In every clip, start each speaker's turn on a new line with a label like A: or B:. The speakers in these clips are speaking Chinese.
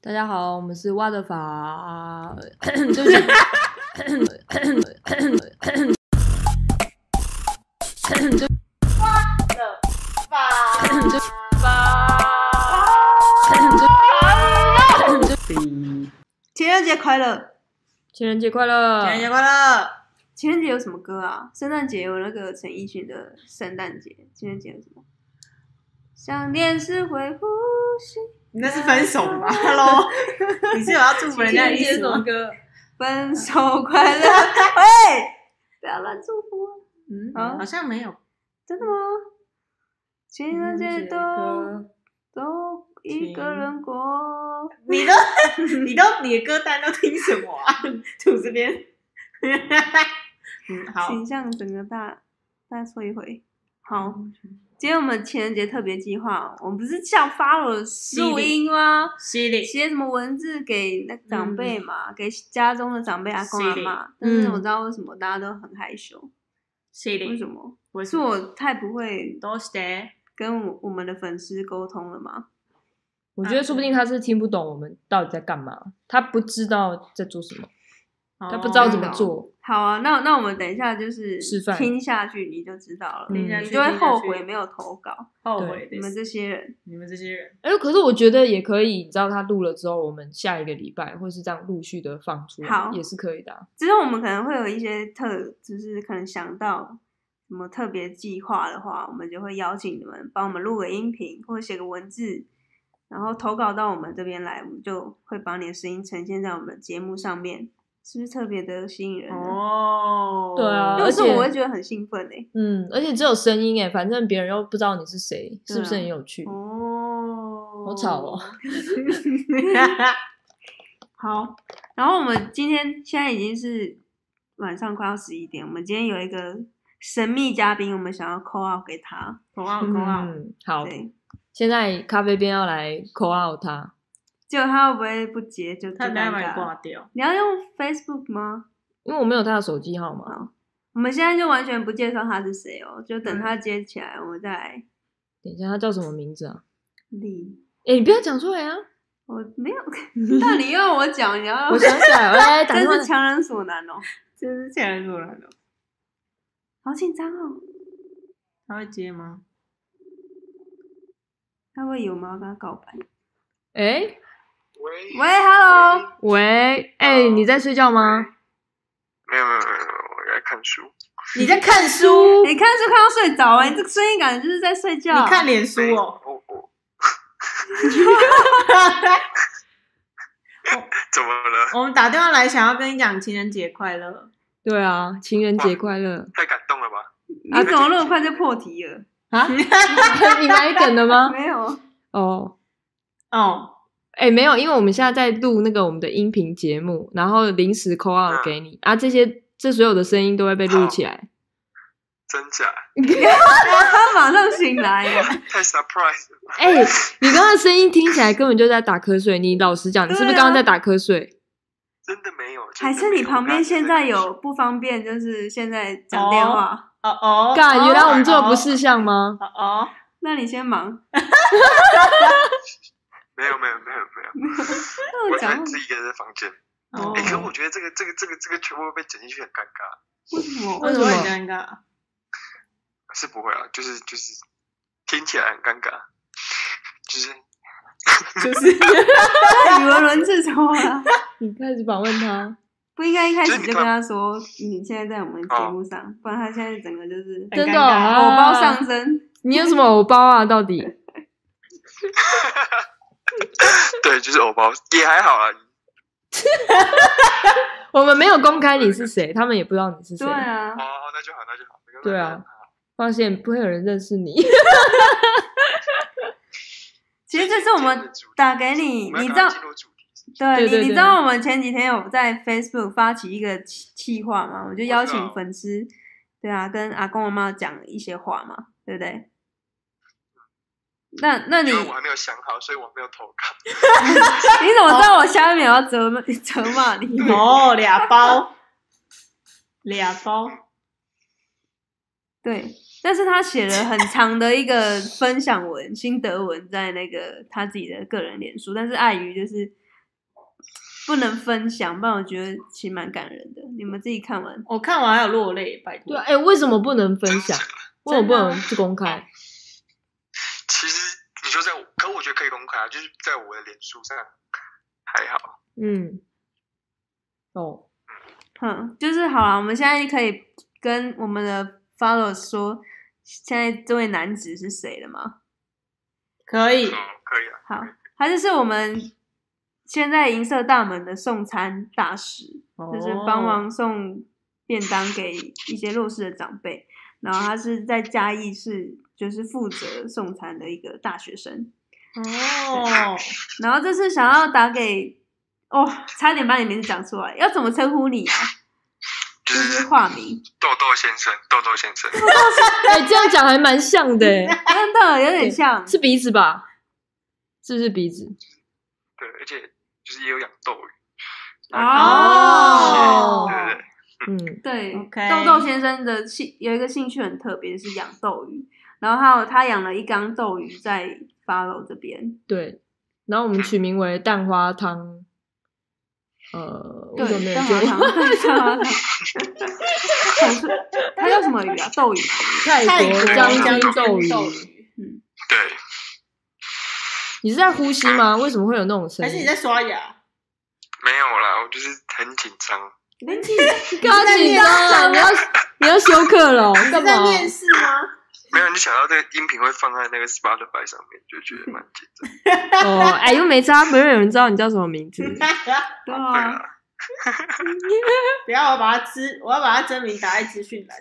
A: 大家好，我们是挖的法， 对不起，
B: 情人节快乐！
A: 情人节快乐！
C: 情人节快乐！
B: 情人节有什么歌啊？圣诞节有那个陈奕迅的《圣诞节》，情人节有什么？想念是会呼吸，
C: 你那是分手 吧？Hello，你是有要祝福人家的意思吗？
A: 歌？
B: 分手快乐！喂，不要乱祝福啊！
A: 嗯，
B: 啊
C: 好像没有。
B: 真的吗？情人节都都一个人过，
C: 你都你都你的歌单都听什么啊？ 土这边。嗯，好。
B: 形象整个大大摧毁。好，今天我们情人节特别计划，我们不是像发了录音吗？
C: 犀利，
B: 写什么文字给那个长辈嘛，给家中的长辈阿公阿
C: 是
B: 妈
C: 的。
B: 但是
A: 嗯
B: 我知道为什么大家都很害羞，
C: 犀
B: 为
C: 利
B: 什。么？
C: 我
B: 是我太不会
C: 都して。
B: 跟我我们的粉丝沟通了吗？
A: 我觉得说不定他是听不懂我们到底在干嘛，他不知道在做什么，他不知道怎么做。
B: 好啊，那那我们等一下就是
A: 示范
B: 听下去你就知道了，
A: 听下
B: 你
C: 去
B: 就会
C: 听下
B: 后
C: 去
B: 悔没有投稿。
C: 后悔
B: 你
C: 的
B: 们
C: 是
B: 这些人，
C: 你们这些人，
A: 哎，可是我觉得也可以，你知道他录了之后，我们下一个礼拜或是这样陆续的放出来，
B: 好
A: 也是可以的啊。
B: 之后我们可能会有一些特，就是可能想到什么特别计划的话，我们就会邀请你们帮我们录个音频或者写个文字，然后投稿到我们这边来，我们就会把你的声音呈现在我们的节目上面，是不是特别的吸引人啊呢？
C: 哦
A: 对啊
B: 如果是
A: 而且
B: 我会觉得很兴奋哎、
A: 嗯，而且只有声音哎，反正别人又不知道你是谁，
B: 对啊
A: 是不是很有趣？
C: 哦
A: 好吵 哦。
B: 好，然后我们今天现在已经是晚上快要十一点，我们今天有一个神秘嘉宾，我们想要 call out 给他，
C: 口号口号，
A: 嗯，好，
B: 啊对，
A: 现在咖啡边要来 call out 他，
B: 结果他会不会不接就就
C: 他等
B: 尴
C: 下把你
B: 尬了
C: 挂。掉。
B: 你要用 Facebook 吗？
A: 因为我没有他的手机号码。
B: 我们现在就完全不介绍他是谁哦，就
C: 嗯
B: 等他接起来，我们再来
A: 等一下，他叫什么名字啊？
B: 理。
A: 哎，你不要讲出来啊！
B: 哦我没 有，那你要我讲，你要
A: 我想起 来了，哎，打
B: 真
A: 电话
B: 是强人所难哦，
C: 这是前人做来的，
B: 好紧张哦。
C: 他会接吗？
B: 他会以为我们要跟他告白？
A: 哎，
D: 喂
B: 喂，Hello，
A: 喂，哎，你在睡觉吗？
B: 哦
D: 没有没有没有，没有，我在看书。
C: 你在看 书？
B: 你看是快要睡着了，你这个声音感觉就是在睡觉。啊
C: 你看脸书
D: 没有
C: 哦。
D: 哎我我怎么了？
C: 我们打电话来想要跟你讲情人节快乐。
A: 对啊，情人节快乐
D: 太感动了吧？
B: 你怎么那啊么快就破题了？
A: 啊！ 你哪里等的吗？
B: 没有，
A: 哦，
C: 哦，
A: 哎、没有，因为我们现在在录那个我们的音频节目，然后临时 call out
D: 嗯
A: 给你、啊，这些这所有的声音都会被录起来。
D: 真假？
B: 他马上醒来了。
D: 太 surprise 了吧。
A: 哎、你刚刚的声音听起来根本就在打瞌睡，你老实讲，你是不是
B: 对啊
A: 刚刚在打瞌睡？
D: 真的没有。真
B: 还
D: 的
B: 是
D: 没有
B: 你旁边现在？有不方便，就是现在讲电话？
C: 哦哦，
A: 干、
C: 哦
A: 原来我们做的不。是像吗？
C: 哦哦，
B: 那你先忙。
D: 我刚刚没有没有没有没有，
B: 那
D: 我
B: 我
D: 现
B: 讲
D: 在自己一个人在房间。
C: 哦
D: 哎，可是我觉得这个这个这个这个全部被剪进去很尴尬。
B: 为什么？
C: 为什么很尴尬？
D: 是不会啊，就是就是听起来很尴尬，就是
C: 就是
B: 那语无伦次什么了？
A: 你开始访问他，
B: 啊不应该一开始
D: 就是你
B: 就跟
D: 突
B: 他
D: 然
B: 说你现在在我们节目上，不然他现在整个就是
C: 很
A: 真的
C: 尴尬
A: 啊
B: 偶包上身。
A: 你有什么偶包啊？到底？
D: 对，就是偶包也还好啦。
A: 我们没有公开你是谁，他们也不知道你是谁。
B: 对啊，
D: 哦，那就好，那就好。没关系
A: 对啊，放心，不会有人认识你。
B: 其实这是我们打给你，
D: 我们
B: 你
D: 要
B: 知
D: 赶
B: 道
D: 快，进入主题。
B: 对
A: 对
B: 你
A: 对
B: 你知
A: 对
B: 道我们前几天有在 Facebook 发起一个企企划嘛？我就邀
D: 我知
B: 请
D: 道
B: 粉丝，对啊，跟阿公阿妈讲一些话嘛，对不对？那那你
D: 因为我还没有想好，所以我没有投稿。
B: 你怎么知道我下一秒要责骂 责骂你？
C: 哦，俩包，俩包，
B: 对，但是他写了很长的一个分享文、心得文在那个他自己的个人脸书，但是碍于就是不能分享，不然我觉得其实蛮感人的。你们自己看完，
C: 我看完还有落泪，拜托。
A: 对啊，哎、为什么不能分享？为什么不
C: 真
A: 能公开？
D: 其实你说在我，可我觉得可以公开啊，就是在我的脸书上还好。
A: 嗯，哦，
B: 哼，就是好了。我们现在可以跟我们的 follow 说，现在这位男子是谁了吗？
C: 可以
D: 嗯，，可以啊。
B: 好，他就是我们现在银色大门的送餐大使。就是
C: 哦
B: 帮忙送便当给一些弱势的长辈。然后他是在嘉义市，就是负责送餐的一个大学生。
C: 哦。
B: 然后这次想要打给，哦，差点把你名字讲出来，要怎么称呼你啊？
A: 嗯
B: 就
D: 就
B: 是
D: 是
B: 化名，
D: 豆豆先生，豆豆先生，
A: 哎、这样讲还蛮像的、欸，
B: 真的有点像。
A: 是鼻子吧？是不是鼻子？
D: 对，而且就是也有养斗鱼，
B: 哦
D: 对对对，
A: 嗯，
B: 对
C: OK
B: 豆豆先生的兴有一个兴趣很特别，是养斗鱼。然后还有他养了一缸斗鱼在 follow 这边，
A: 对。然后我们取名为蛋花汤。呃，我怎么没
B: 对，
A: 有
B: 蛋花
A: 觉
B: 汤，
A: 得
B: 蛋花汤，想说它叫什么鱼啊？斗鱼吗？
A: 泰国
D: 国
A: 将军
D: 将军
A: 斗鱼？
C: 鱼，
D: 对，
A: 你是在呼吸吗？为什么会有那种声
C: 还
A: 音？
C: 是你在刷牙？
D: 没有啦，我就是很紧张，
C: 你你
A: 不要紧张，你要你要休克了哦，干
C: 在啊
A: 嘛？
C: 面试吗？
D: 没有，你想到这个音频会放在那个 Spotify 上面，就觉得蛮紧张。
A: 哦，哎，又没差，没有人知道你叫什么名字。 嗯
B: 对
D: 对
B: 啊，
D: 啊，
C: 不要，我要把它资，我要把它真名打在资讯栏。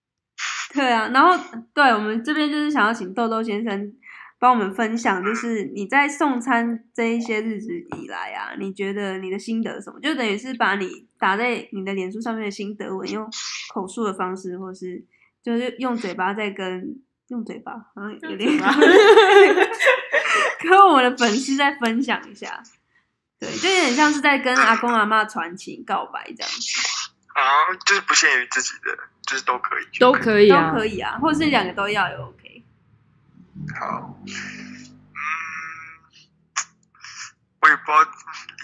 B: 对啊。然后，对我们这边就是想要请豆豆先生帮我们分享，就是你在送餐这一些日子以来啊，你觉得你的心得是什么？就等于是把你打在你的脸书上面的心得文，用口述的方式，或是就是用嘴巴在跟用嘴巴，好像有点
C: 用嘴巴
B: 跟我们的粉丝再分享一下。对，就有点像是在跟阿公阿妈传情告白这样子。
D: 啊，就是不限于自己的，就是都可以，
A: 都可以啊
B: 都，可以啊，或是两个都要也 OK。
D: 好，嗯，我也不知道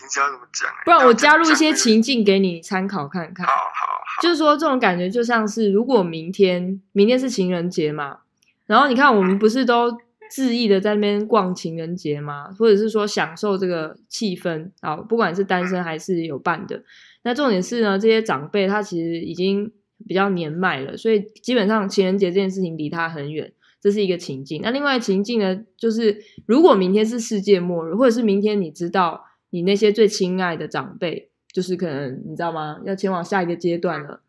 D: 林霄怎么讲、欸，
A: 不然我加入
D: 这
A: 一
D: 样
A: 些
D: 讲会
A: 情境给你参考看
D: 有
A: 看
D: 点。。好好好，
A: 就是说，这种感觉就像是，如果明天明天是情人节嘛，然后你看我们不是都恣意的在那边逛情人节嘛，或者是说享受这个气氛啊，不管是单身还是有伴的。那重点是呢，这些长辈他其实已经比较年迈了，所以基本上情人节这件事情离他很远。这是一个情境。那另外情境呢，就是如果明天是世界末日，或者是明天你知道你那些最亲爱的长辈，就是可能你知道吗，要前往下一个阶段了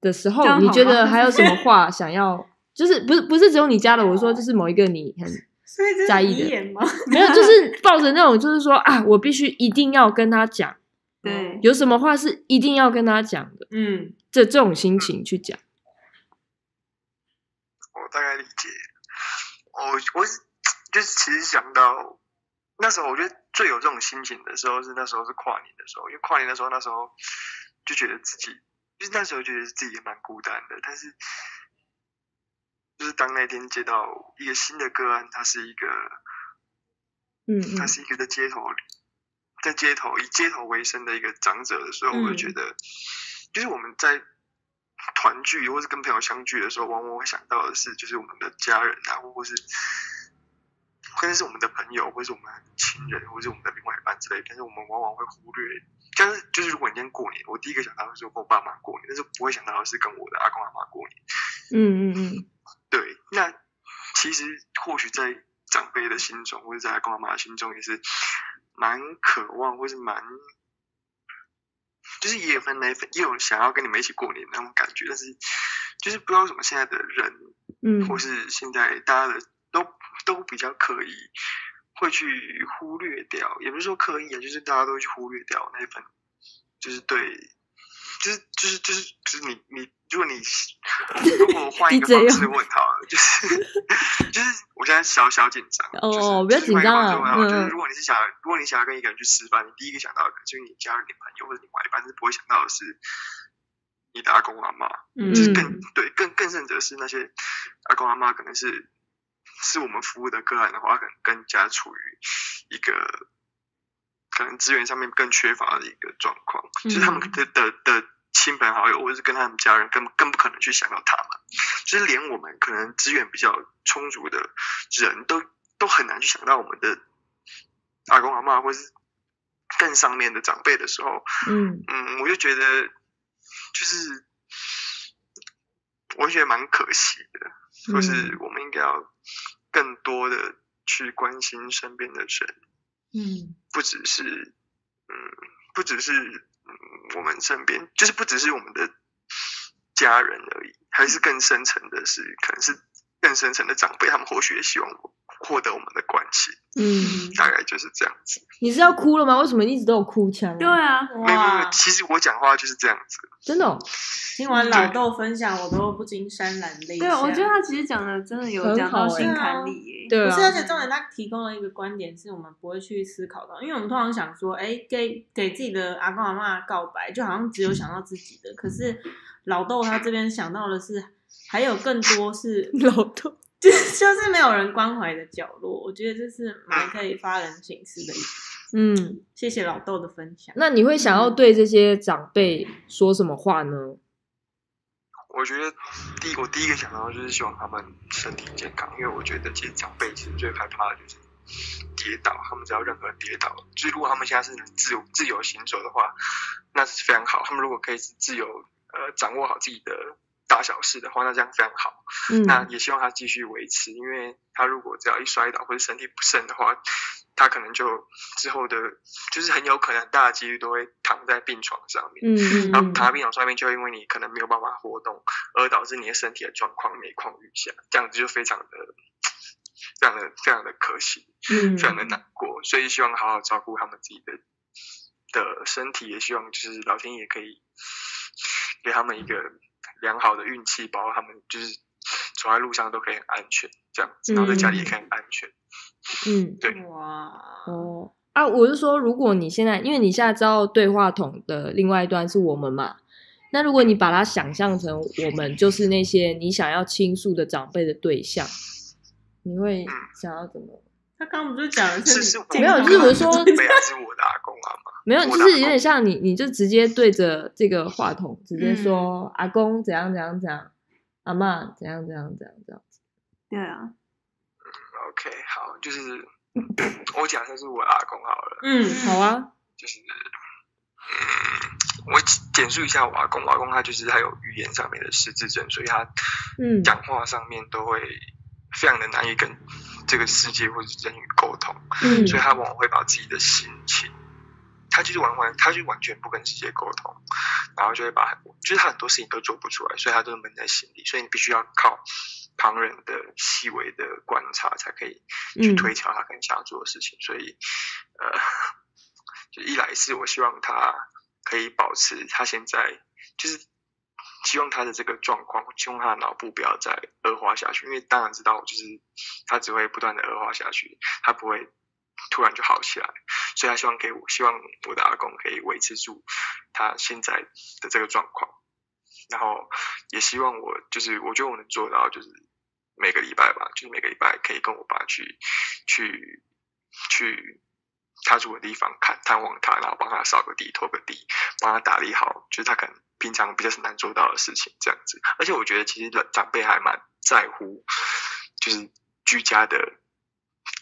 A: 的时
B: 这样
A: 候，
B: 好
A: 你
B: 吗
A: 觉得还有 什么话想要？就是不是不是只有你家的，我说就是某一个你 很
C: 所以这
A: 在
C: 是
A: 意的
C: 遗言吗？
A: 没有，就是抱着那种就是说啊，我必须一定要跟他讲，
B: 对，
A: 有什么话是一定要跟他讲的，
C: 嗯，
A: 这这种心情去讲。
D: 我大概理解。我我是就是其实想到那时候，我觉得最有这种心情的时候是那时候是跨年的时候，因为跨年的时候那时候就觉得自己，就是那时候觉得自己也蛮孤单的，但是就是当那天接到一个新的个案，它是一个
A: 嗯嗯
D: 他是一个在街头，在街头以街头为生的一个长者的时候，
A: 嗯
D: 我会觉得，就是我们在团聚或是跟朋友相聚的时候，往往会想到的是，就是我们的家人啊，或是或者是我们的朋友，或是我们的亲人，或是我们的另外一半之类。但是我们往往会忽略，但是就是如果你今天过年，我第一个想到的是我跟我爸妈过年，但是不会想到的是跟我的阿公阿妈过年。
A: 嗯嗯嗯，
D: 对，那其实或许在长辈的心中，或者在阿公阿妈的心中，也是蛮渴望，或是蛮，就是也有分奶粉，也有想要跟你们一起过年那种感觉，但是就是不知道为什么现在的人，
A: 嗯
D: 或是现在大家的都都比较刻意。会去忽略掉，也不是说刻意啊，就是大家都会去忽略掉那一份，就是对，就是就是就是就是你你，如果你如果换一个
A: DJ
D: 方
A: 哦
D: 式问好了，就是就是我现在小小紧张，
A: 哦
D: 就是
A: 哦不要
D: 就是换一
A: 紧
D: 个
A: 张啊
D: 方式问好
A: 嗯
D: 就是
A: 嗯
D: 如果你是想要如果你想要跟一个人去吃饭，你第一个想到的可能是你家人、你朋友或者你玩一半，是不会想到的是你的阿公阿妈，
C: 嗯
D: 就是更
A: 嗯
D: 对更更甚者是那些阿公阿妈可能是是我们服务的个案的话，可能更加处于一个可能资源上面更缺乏的一个状况，
A: 嗯
D: 就是他们的的的亲朋好友或者是跟他们家人更更不可能去想到他们，就是连我们可能资源比较充足的人都都很难去想到我们的阿公阿嬷或是更上面的长辈的时候，
A: 嗯
D: 嗯，我就觉得就是我觉得蛮可惜的，就
A: 嗯
D: 是我们应该要更多的去关心身边的人。
A: 嗯
D: 不只是嗯，不只是嗯我们身边，就是不只是我们的家人而已，还是更深层的是，可能是更深层的长辈，他们或许也希望获得我们的关心，
A: 嗯，
D: 大概就是这样子。
A: 你是要哭了吗？为什么你一直都有哭腔、啊？
B: 对，啊，
D: 没有没有没
C: 哇
D: 有，！其实我讲话就是这样子，
A: 真的、哦、
C: 听完老豆分享，我都不禁潸然泪下。
B: 对，我觉得他其实讲的真的有
A: 很
B: 讲到
A: 好欸
B: 心坎里耶。
A: 对
C: 不
A: 啊
C: 是，，而且重点，他提供了一个观点，是我们不会去思考到，因为我们通常想说，哎、给给自己的阿公阿妈告白，就好像只有想到自己的。可是老豆他这边想到的是，还有更多是，
A: 老头，
C: 就是就是没有人关怀的角落。我觉得这是蛮可以发人省思的一。
A: 嗯，
C: 谢谢老豆的分享。
A: 那你会想要对这些长辈说什么话呢？
D: 我觉得第一我第一个想到的就是希望他们身体健康，因为我觉得其实长辈其实最害怕的就是跌倒，他们只要任何跌倒，就是如果他们现在是能自由自由行走的话，那是非常好。他们如果可以自由呃掌握好自己的大小事的话，那这样非常好。
A: 嗯，
D: 那也希望他继续维持，因为他如果只要一摔倒或者身体不慎的话，他可能就之后的，就是很有可能很大的几率都会躺在病床上面。
A: 嗯嗯
D: 然后
A: 嗯
D: 躺在病床上面，就因为你可能没有办法活动，而导致你的身体的状况每况愈下，这样子就非常的、非常的、非常的可惜，
A: 嗯
D: 非常的难过。所以希望好好照顾他们自己的的身体，也希望就是老天爷可以给他们一个良好的运气，包括他们就是走在路上都可以很安全，这样子，然后在家里也可以很安全。
A: 嗯
D: 对
C: 哇，
A: 哦啊，我是说，如果你现在，因为你现在知道对话筒的另外一端是我们嘛，那如果你把它想象成我们就是那些你想要倾诉的长辈的对象，你会想要怎么？
C: 他刚刚不是讲的是
D: 是是我
C: 健
A: 没有
C: 康
A: 就是我
C: 吗
A: 说
D: 长辈还是我的阿公阿妈，
A: 没有，
D: 我
A: 就
D: 的
A: 是有
D: 阿
A: 点
D: 公
A: 像你，你就直接对着这个话筒直接说、阿公怎样怎样怎样，阿嬷怎样怎样怎样怎样。
B: 对啊，
D: OK，好， 就是我假设是我的阿公好了。
C: 嗯，
A: 好啊，
D: 就是，嗯，我简述一下我阿公，我阿公他就是他有语言上面的失智症，所以他
A: 嗯
D: 讲话上面都会非常的难以跟这个世界或者是人与沟通，
A: 嗯
D: 所以他往往会把自己的心情，他就是完完，他就完全不跟世界沟通，然后就会把很就是他很多事情都做不出来，所以他都闷在心里，所以你必须要靠旁人的细微的观察才可以去
A: 嗯
D: 推敲他可能想要做的事情，所以呃，就一来是我希望他可以保持他现在就是希望他的这个状况，希望他的脑部不要再恶化下去，因为当然知道就是他只会不断的恶化下去，他不会突然就好起来，所以他希望给我希望我的阿公可以维持住他现在的这个状况，然后也希望我就是我觉得我能做到就是每个礼拜吧，就是每个礼拜可以跟我爸去去去他住的地方看探望他，然后帮他扫个地、拖个地，帮他打理好，就是他可能平常比较难做到的事情这样子。而且我觉得其实长长辈还蛮在乎，就是居家的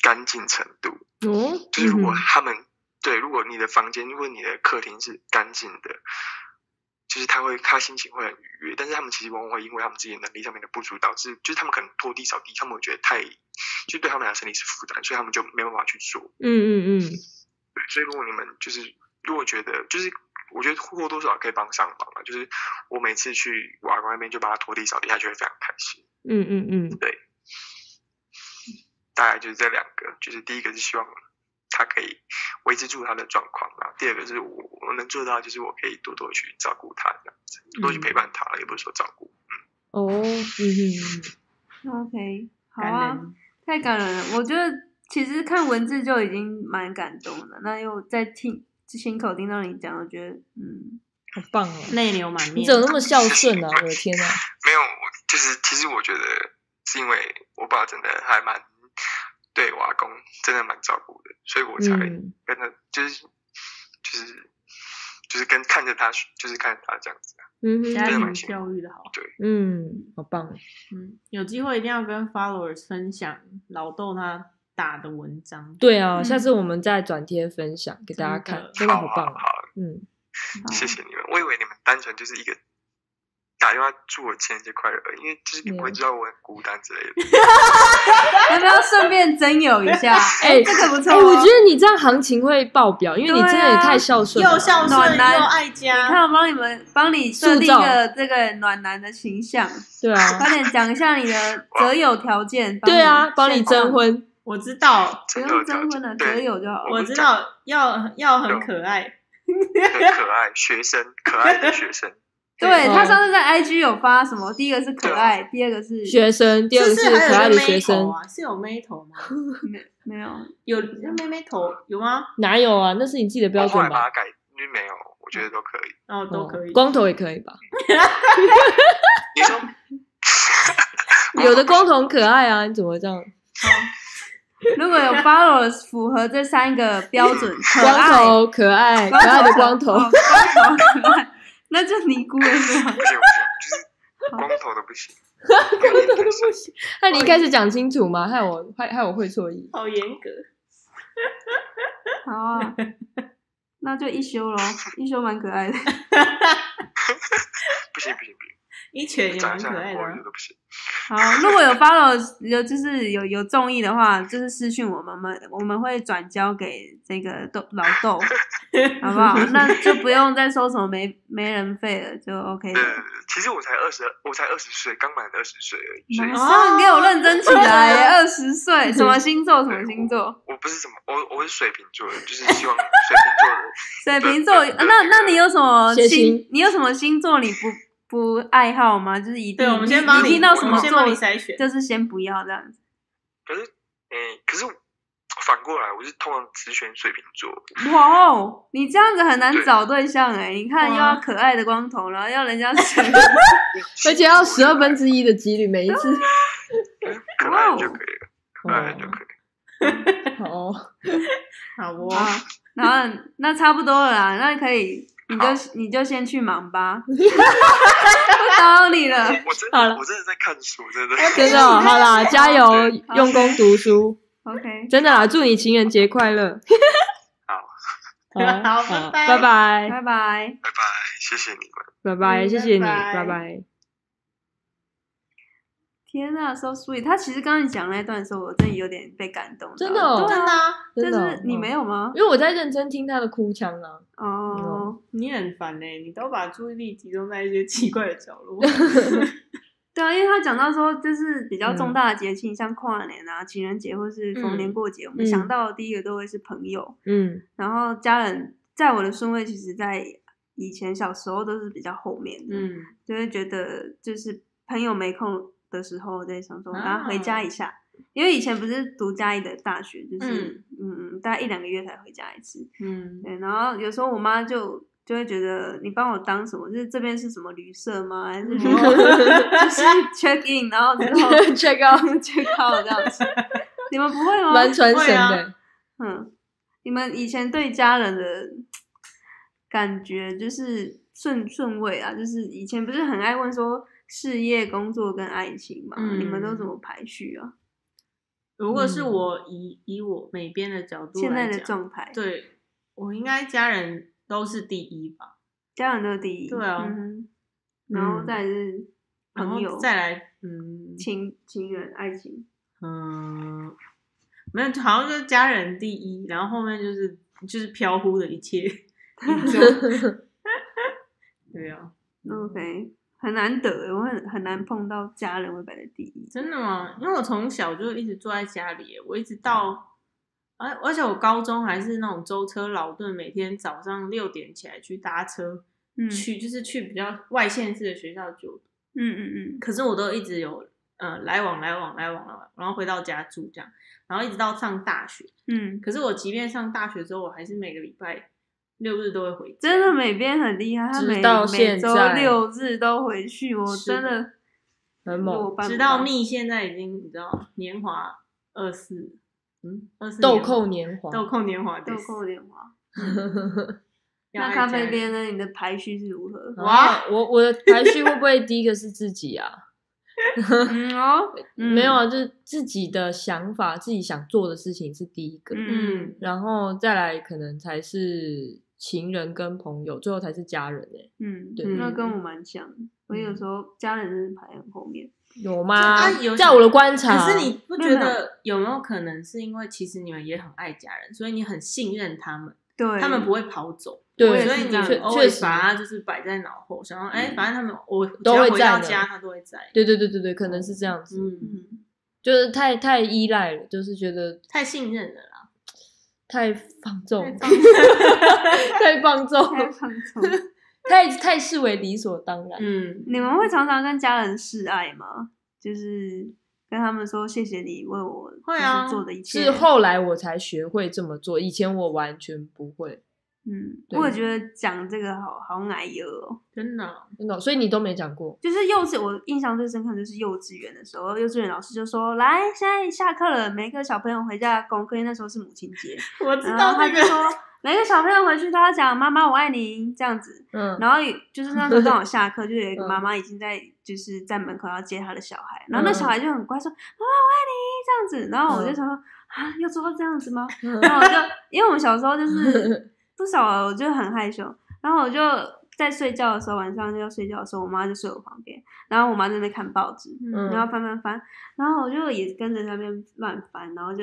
D: 干净程度，
A: 哦，
D: 就是如果
A: 嗯哼
D: 他们、对，如果你的房间，如果你的客厅是干净的，就是他会他心情会很愉悦，但是他们其实往往会因为他们自己的能力上面的不足，导致就是他们可能拖地扫地，他们会觉得太，就对他们来讲身体是负担，所以他们就没有办法去做。
A: 嗯嗯嗯，
D: 对，所以如果你们就是如果觉得就是。我觉得或多或少可以帮上忙嘛，啊就是我每次去我阿公那边就帮他拖地扫地，他就会非常开心。
A: 嗯嗯嗯，
D: 大概就是这两个，就是第一个是希望他可以维持住他的状况，然后第二个是我我能做到，就是我可以多多去照顾他，这样子，多多去
A: 嗯
D: 陪伴他，也不是说照顾。
A: 哦，嗯哼，
B: OK，好
C: 感
B: 啊，
C: 人
B: 太感人了。我觉得其实看文字就已经蛮感动了，那又在听亲口听到你讲，我觉得嗯，
A: 好棒哦！
C: 泪流满面。
A: 你怎么那么孝顺啊？我的天啊！
D: 没有，我就是其实我觉得是因为我爸真的还蛮对我阿公真的蛮照顾的，所以我才
A: 嗯
D: 跟他、就是就是就是跟看着他，就是看着他这样子。
A: 嗯
C: 家
A: 哼，
D: 蛮
C: 庭
D: 幸
C: 教育的好。
A: 嗯，好
D: 哦
A: 棒，
C: 嗯，有机会一定要跟 followers 分享老豆他打的文章。
A: 对啊，
B: 嗯
A: 下次我们再转贴分享给大家
C: 真的
A: 看，真的好
D: 好
A: 棒
D: 啊，好
A: 啊，
D: 啊，
A: 嗯，
B: 好
D: 谢谢你们。我以为你们单纯就是一个打电话祝我情人节快乐，因为就是你不
A: 没
D: 会
A: 有
D: 知道我很孤单之类的。
B: 要不要顺便征友一 下？
A: 哎
B: 这个不错
A: 哎，
B: 哦、
A: 我觉得你这样行情会爆表，因为你真的也太孝顺了吧，
C: 啊又孝顺
B: 暖男
C: 又爱
B: 你
C: 家，
B: 看，我帮你们帮你设定一个这个暖男的形 象，
A: 对啊，
B: 快点讲一下你的择友条件。
A: 对啊，帮你
B: 现
A: 征婚，
C: 我知道，
B: 不
D: 真的
B: 用征婚了，择
D: 对，
B: 友就好。
C: 我知道，要要很可爱，
D: 很可爱，学生，可爱的学生，
B: 对
A: 嗯啊
B: 他上次在 IG 有发什么？第一个是可爱，第二个是
A: 学生，第二个
C: 是
A: 是
C: 不是还有
A: 可爱的
C: 一个妹
A: 学生
C: 头，啊，是有妹头吗？
B: 没没有
C: 有有妹妹头有吗？
A: 哪有啊？那是你自己的标
D: 我后
A: 准
D: 来把
A: 吧
D: 它？改，因为没有，我觉得都可以。
C: 哦，都
A: 哦
C: 可以。
A: 光头也可以吧？
D: 你说
A: 有的光头很可爱啊，你怎么这样？
B: 如果有 followers 符合这三个 标准，可
A: 光
B: 爱、
A: 头可爱，可爱的光头，
B: 哦光头可爱， 那就尼姑了是吧？
D: 不行不行，就是光头的不行，没有你本身
A: 不行， 那你一开始讲清楚嘛，害我害害我会错意。
C: 好严格，
B: 好 啊，那就一休咯，一休蛮可爱的。
D: 不行不行不行，
C: 一拳也
D: 长
C: 蛮可
D: 相
C: 爱的
D: 我
C: 啊
D: 觉。得不行。
B: 好，如果有 follow 有就是有有中意的话，就是私讯我们，我们我们会转交给这个豆老豆，好 不好？那就不用再收什么没没人费了，就 OK
D: 对
B: 了
D: 对。对，对其实我才二十，我才二十岁，刚满二十岁而已，所以
B: 马上给我认真起来， 二十岁，什么星座？什么
D: 对
B: 星座？
D: 我不是什么，我我是水瓶座的，就是希望水瓶座的
B: 水瓶座。呃那那你有什么
A: 血
B: 星
A: 型？
B: 你有什么星座你不不爱好吗？就是一定
C: 对，我们先帮
B: 你听到什
C: 我
B: 么
C: 们先帮你
B: 座，
C: 筛选。
B: 就是先不要这样子。
D: 可是，诶、可是反过来，我是通常只选水瓶座，
B: 哇哦，你这样子很难
D: 对
B: 找对象哎、你看又
C: 哇
B: 要可爱的光头，然后要人家水
A: 而且要十二分之一的几率，每一次。
D: 可
B: 哇哦
D: 爱就可以了，可爱就可以了。
A: 哦，好
C: 好 哦，
B: 啊，然后那差不多了啦，那可以，你就你就先去忙吧， 不找你了。
D: 我真
A: 好了
D: 的，我真的在看书，真的。
A: 真的哦好啦，加油，
B: 好
A: 用功读书，
B: OK，
A: 真的啦，祝你情人节快乐。
D: 好，
C: 好
A: 好，
C: 拜
A: 拜拜，
C: 拜
B: 拜拜。
D: 拜拜， 谢谢你们。
A: 拜拜，
C: 嗯
A: 谢谢你，
C: 拜
A: 拜
C: 拜
A: 拜。
B: 天呐，so sweet！他其实刚刚你讲那一段的时候，我真的有点被感动到。
A: 真的哦
C: 真的啊，
B: 就
A: 真的哦
B: 是你没，有吗
A: 嗯？因为我在认真听他的哭腔啊。
B: 哦，
C: 你很烦呢，你都把注意力集中在一些奇怪的角 落。
B: 嗯对啊，因为他讲到说，就是比较
A: 嗯
B: 重大的节庆，像跨年啊、情人节或是逢年过节，我
A: 嗯
B: 们想到的第一个都会是朋友。
A: 嗯
B: 然后家人在我的顺位，其实在以前小时候都是比较后面的，
C: 嗯，
B: 就会觉得就是朋友没空的时候，我在想说，
C: 啊
B: 然后回家一下，因为以前不是读嘉义的大学，就是嗯大概一两个月才回家一次，
C: 嗯，
B: 对，然后有时候我妈就。就会觉得你帮我当什么？就是这边是什么旅社吗？还是什么？ 就是 check in，然后之后
A: ，check out，
B: check out 这样子。你们不会吗？
A: 蛮传神
C: 会啊
A: 的。
B: 嗯，你们以前对家人的感觉就是顺顺位啊，就是以前不是很爱问说事业、工作跟爱情嘛？你们都怎
C: 嗯
B: 么排序啊？
C: 如果是
A: 嗯
C: 我以以我美编的角度
B: 现在
C: 来
B: 的
C: 讲，
B: 状态，
C: 对我应该家人都是第一吧，
B: 家人都第一，
C: 对啊
B: 嗯哼，然后
A: 嗯
B: 再是
C: 然
B: 朋友
C: 后、再来，嗯
B: 情情人、爱情，
C: 嗯，没有，好像就是家人第一，然后后面就是就是飘忽的一切 宇宙。对啊，
B: OK，很难得欸，我很很难碰到家人会摆在第一，
C: 真的吗？因为我从小就一直住在家里耶，我一直到，而而且我高中还是那种舟车劳顿，每天早上六点起来去搭车、
B: 嗯
C: 去，就是去比较外县市的学校就读。
B: 嗯嗯
C: 可是我都一直有呃来往来往来往来往，然后回到家住这样，然后一直到上大学。
B: 嗯嗯，
C: 可是我即便上大学之后，我还是每个礼拜六日都会回家。
B: 真的美编很厉害，他
A: 直
B: 每
A: 到
B: 每
A: 现
B: 周
A: 在
B: 六日都回去，我
C: 是
B: 真
C: 的
B: 的。
A: 很
B: 如果
A: 猛
B: 我，办不
C: 直到蜜现在已经你知道年华二四，嗯，二四
A: 豆蔻年华，
C: 豆蔻年华
B: 豆
C: 对
B: 蔻年华。
C: 要
B: 那
C: 爱
B: 咖
C: 家
B: 啡
C: 人
B: 边呢？你的排序是如何？
A: 哇，我我的排序会不会第一个是自己 啊？
B: 嗯哦，
A: 没有啊，就是自己的想法，自己想做的事情是第一个，
B: 嗯
A: 然后再来可能才是情人跟朋友，最后才是家人哎、
B: 嗯
A: 对，
B: 那跟我蛮像的。我有时候家人真的排很后面，
A: 有
C: 啊
A: 吗
C: 有？
A: 在我的观察，
C: 可是你不
B: 没
C: 觉
B: 有没
C: 得有没有可能是因为其实你们也很爱家人，所以你很信任他们，
B: 对，
C: 他们不会跑走，
B: 我
A: 对，
B: 也
C: 所
B: 是
C: 以
B: 这
C: 你
B: 样
A: 确
C: 偶
A: 确
C: 尔
A: 实
C: 把它就是摆在脑后，想说哎、
B: 嗯
C: 反正他们我只
A: 都
C: 要
A: 会
C: 回
A: 在
C: 到
A: 的
C: 家，他都会在。
A: 对对对对对，可能是这样子，
C: 嗯，
B: 嗯，
A: 就是太太依赖了，就是觉得
C: 太信任了啦。
A: 太放纵
C: 太
A: 了，
C: 放任
A: 太放纵
B: 太
A: 了，
B: 放纵。
A: 太太视为理所当然。
C: 嗯，
B: 你们会常常跟家人示爱吗？就是跟他们说谢谢你为我
C: 会啊
B: 就是做的一切。
A: 是后来我才学会这么做，以前我完全不会
B: 嗯，
A: 对
B: 我也觉得讲这个好好奶油哦。
C: 真的 哦，
A: 真的，所以你都没讲过。
B: 就是幼稚，我印象最深刻就是幼稚园的时候，幼稚园老师就说：“来，现在下课了，每个小朋友回家的功课，因为那时候是母亲节，
C: 我知
B: 然
C: 道
B: 后他
C: 那
B: 就
C: 个。
B: 说每个小朋友回去都要讲妈妈我爱你这样子。”
A: 嗯，
B: 然后也就是那时候刚好下课，就有一个
A: 嗯
B: 妈妈已经在就是在门口要接她的小孩，然后那
A: 嗯
B: 小孩就很乖说妈妈我爱你这样子，然后我就
A: 嗯
B: 想说啊要做到这样子吗？
A: 嗯
B: 然后我就因为我们小时候就是 不少啊，我就很害羞，然后我就在睡觉的时候，晚上就要睡觉的时候，我妈就睡我旁边，然后我妈在那边看报纸，
A: 嗯
B: 然后翻翻翻，然后我就也跟着那边乱翻，然后就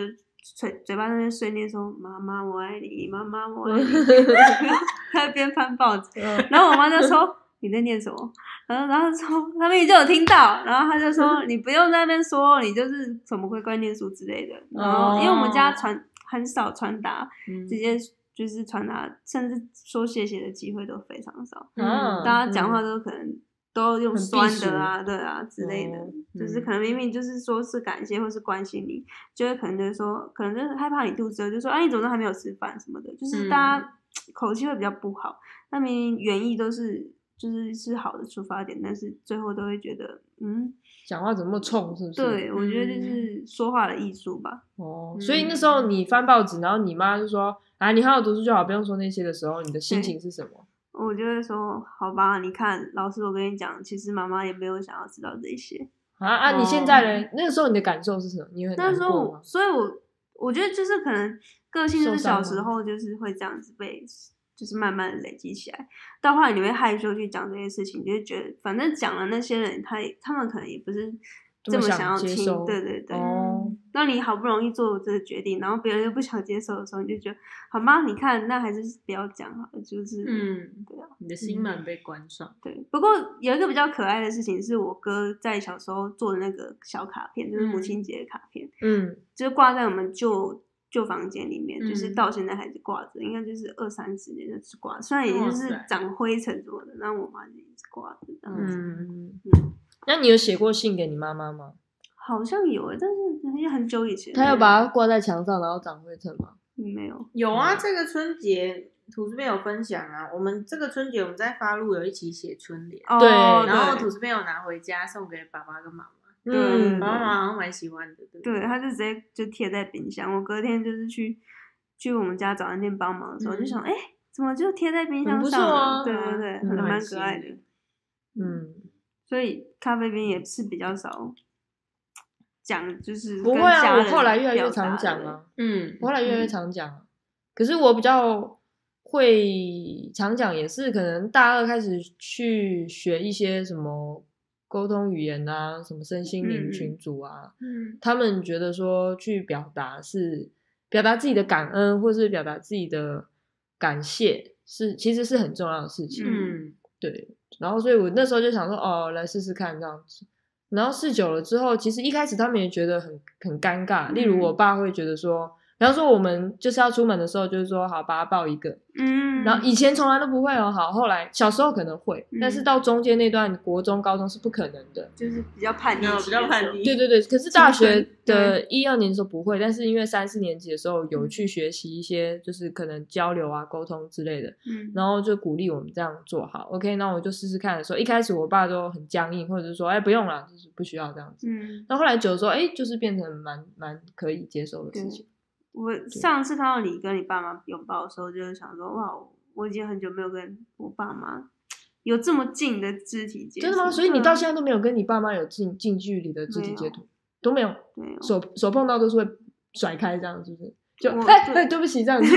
B: 嘴嘴巴在那边碎念说：“妈妈我爱你，妈妈我爱 你。” 然后在那边翻报纸，
A: 嗯
B: 然后我妈就说：“你在念什么？”然后然后说他们就有听到，然后她就说：“你不用在那边说，你就是什么乖乖念书之类的。”然后因为我们家
C: 哦
B: 传很少传达，
C: 嗯
B: 直接就是传达，甚至说谢谢的机会都非常少。
A: 啊
B: 大家讲话都可能都用
A: 很避
B: 酸的啊，对啊之类的，
A: 哦
B: 就是
C: 嗯
B: 可能明明就是说是感谢或是关心你，就会可能就是说，可能就是害怕你肚子饿，就说哎、你怎么都还没有吃饭什么的，就是大
A: 嗯
B: 家口气会比较不好。那明明原意都是就是是好的出发点，但是最后都会觉得，嗯，
A: 讲话怎么那么冲，是不嗯是？
B: 对，我觉得就是说话的艺术吧。
A: 哦，所以那时
B: 嗯
A: 候你翻报纸，然后你妈就说：“啊，你好好读书就好，不用说那些”的时候，你的心情是什么？
B: 我就会说，好吧，你看，老师，我跟你讲，其实妈妈也没有想要知道这些。
A: 啊啊！你现在嘞？那个时候你的感受是什么？你很
B: 哦那
A: 难
B: 时候
A: 过
B: 我，
A: 吗？
B: 所以我我觉得就是可能个性就是
A: 受伤
B: 小
A: 吗
B: 时候就是会这样子被，就是慢慢的累积起来，到后来你会害羞去讲这些事情，你就会觉得反正讲了那些人，他也他们可能也不是
A: 这
B: 这
A: 么
B: 么
A: 想
B: 想要
A: 接
B: 听
A: 受，
B: 对对对。
A: 哦，
B: 那你好不容易做这个决定，然后别人又不想接受的时候，你就觉得好吗？你看，那还是不要讲好了，就是
C: 嗯，
B: 对啊，
C: 你的心门被关上。
B: 对，不过有一个比较可爱的事情，是我哥在小时候做的那个小卡片，就是母
C: 嗯
B: 亲节的卡片。
A: 嗯，
B: 就是挂在我们旧旧房间里面，就是
C: 嗯
B: 到现在还是挂着，应该就是二三十年就是挂着，虽然也就
C: 哇
B: 是
C: 塞
B: 长灰尘什么的，但我妈就一直挂着这样子。
A: 嗯
B: 嗯，
A: 那你有写过信给你妈妈吗？
B: 好像有欸，但是好像很久以前了。
A: 她有把它挂在墙上，然后长灰尘吗？
B: 嗯没有？
C: 有
A: 嗯
C: 啊，这个春节土司边有分享啊，我们这个春节我们在发路有一起写春联，
B: 哦，
A: 对
C: 然后土
B: 对
C: 司边有拿回家送给爸爸跟妈妈，
B: 对
C: 爸
A: 嗯
C: 爸妈妈好像蛮喜欢的，对不对
B: 对，他就直接就贴在冰箱。我隔天就是去去我们家早餐店帮忙的时候，就
C: 嗯
B: 想，哎，怎么就贴在冰
A: 很
B: 箱
A: 不
B: 上
A: 错
B: 了？
A: 啊
B: 对对对，
A: 嗯
B: 很
A: 那
B: 蛮
C: 很
B: 可
C: 新
B: 爱的。
A: 嗯，
B: 所以咖啡边也是比较少讲，就是
A: 不
B: 跟
A: 会啊，
B: 家
A: 我
B: 人
A: 后来越来越
B: 表达
A: 常讲
B: 的。
A: 啊，
C: 嗯，
A: 我后来越来越
B: 嗯
A: 常讲啊。可是我比较会常讲，也是可能大二开始去学一些什么沟通语言啊，什么身心
B: 嗯嗯
A: 灵群组啊，
C: 嗯
A: 他们觉得说去表达是表达自己的感恩，或是表达自己的感谢，是其实是很重要的事情。
C: 嗯
A: 对，然后所以我那时候就想说，哦，来试试看这样子。然后试久了之后，其实一开始他们也觉得很很尴尬，例如
B: 嗯
A: 我爸会觉得说，比方说我们就是要出门的时候，就是说好，把他抱一个。
B: 嗯，
A: 然后以前从来都不会哦，好，后来小时候可能会，但是
B: 嗯
A: 到中间那段国中、高中是不可能的。
B: 就是比较叛逆期
C: 有
B: 的时候，
C: 嗯比较叛逆
A: 对对对，可是大
B: 青春
A: 学的一二年的时候不会，但是因为三四年级的时候有
B: 嗯
A: 去学习一些，就是可能交流啊、沟通之类的，
B: 嗯，
A: 然后就鼓励我们这样做好。OK，那我就试试看的时候，一开始我爸都很僵硬，或者是说，哎，不用啦，就是不需要这样子。
B: 嗯，
A: 那后来久了之后，哎，就是变成蛮蛮可以接受的事情。
B: 我上次看到你跟你爸妈拥抱的时候，就是想说，哇，我已经很久没有跟我爸妈有这么近的肢体接触。
A: 真的吗？所以你到现在都没有跟你爸妈有近近距离的肢体接触，都没有，
B: 在没有？
A: 手手碰到都是会甩开这样，是不是？就
B: 我
A: 哎哎，对不起，这样子，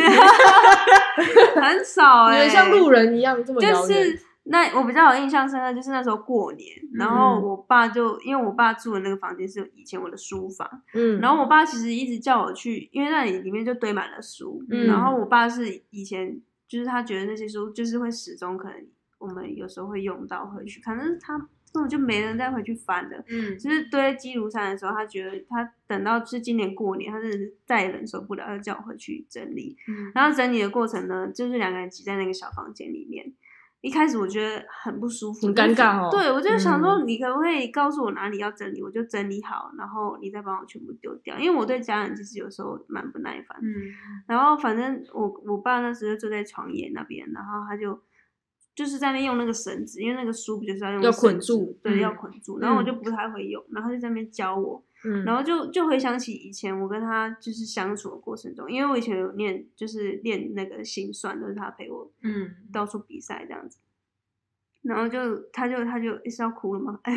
B: 很少
A: 你
B: 哎、
A: 们像路人一样这么
B: 就
A: 遥远。
B: 是那我比较有印象深刻，就是那时候过年，然
A: 嗯
B: 后我爸就因为我爸住的那个房间是以前我的书房，
A: 嗯，
B: 然后我爸其实一直叫我去，因为那里里面就堆满了书，
A: 嗯
B: 然后我爸是以前就是他觉得那些书就是会始终可能我们有时候会用到回去，可能他根本就没人再回去翻的。
C: 嗯，
B: 就是堆积如山的时候，他觉得他等到是今年过年，他真的是再也忍受不了，他就叫我回去整理。
C: 嗯
B: 然后整理的过程呢，就是两个人挤在那个小房间里面。一开始我觉得很不舒服，
A: 很尴尬哦
B: 就是对，我就想说，
A: 嗯
B: 你可不可以告诉我哪里要整理，我就整理好，然后你再帮我全部丢掉。因为我对家人其实有时候蛮不耐烦的。
C: 嗯
B: 然后反正我我爸那时候就在床沿那边，然后他就就是在那边用那个绳子，因为那个书不就是要用
A: 要捆
B: 绳子
A: 住
B: 对，
A: 嗯
B: 要捆住。然后我
A: 嗯
B: 就不太会用，然后他就在那边教我，
A: 嗯，
B: 然后就就回想起以前我跟他就是相处的过程中，因为我以前有念就是练那个心算，都、是他陪我
C: 嗯，
B: 到处比赛这样子。然后就，他就他就一是要哭了吗？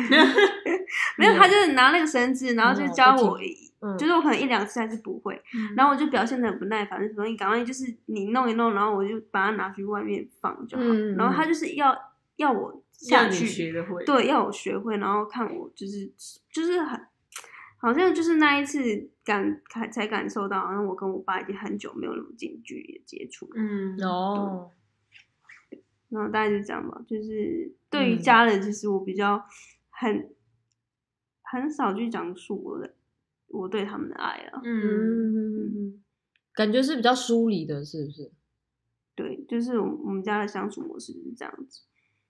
B: 没有，他就是拿那个绳子，然后
A: 没有
B: 就
A: 我
B: 教
A: 记
B: 我
A: 得，嗯
B: 就是我可能一两次还是不会，
C: 嗯
B: 然后我就表现的很不耐烦，就说你赶快就是你弄一弄，然后我就把它拿去外面放就好。
A: 嗯嗯
B: 然后他
A: 嗯
B: 就是要要我
C: 要
B: 下
C: 你
B: 去，
C: 学得会，
B: 对，要我学会，然后看我就是就是很，好像就是那一次感才才感受到，好像我跟我爸已经很久没有那么近距离的接触了。
C: 嗯，
A: 哦，
B: 然后大概就这样吧，就是对于
A: 嗯
B: 家人，其实我比较很很少去讲述我的我对他们的爱啊。
C: 嗯
A: 嗯，感觉是比较疏离的，是不是？
B: 对，就是我们我们家的相处模式就是这样子。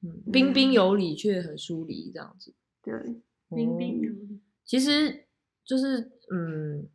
A: 嗯，彬彬有礼却很疏离这样子。
B: 对，
C: 彬彬
A: 哦
C: 有
A: 其实就是嗯，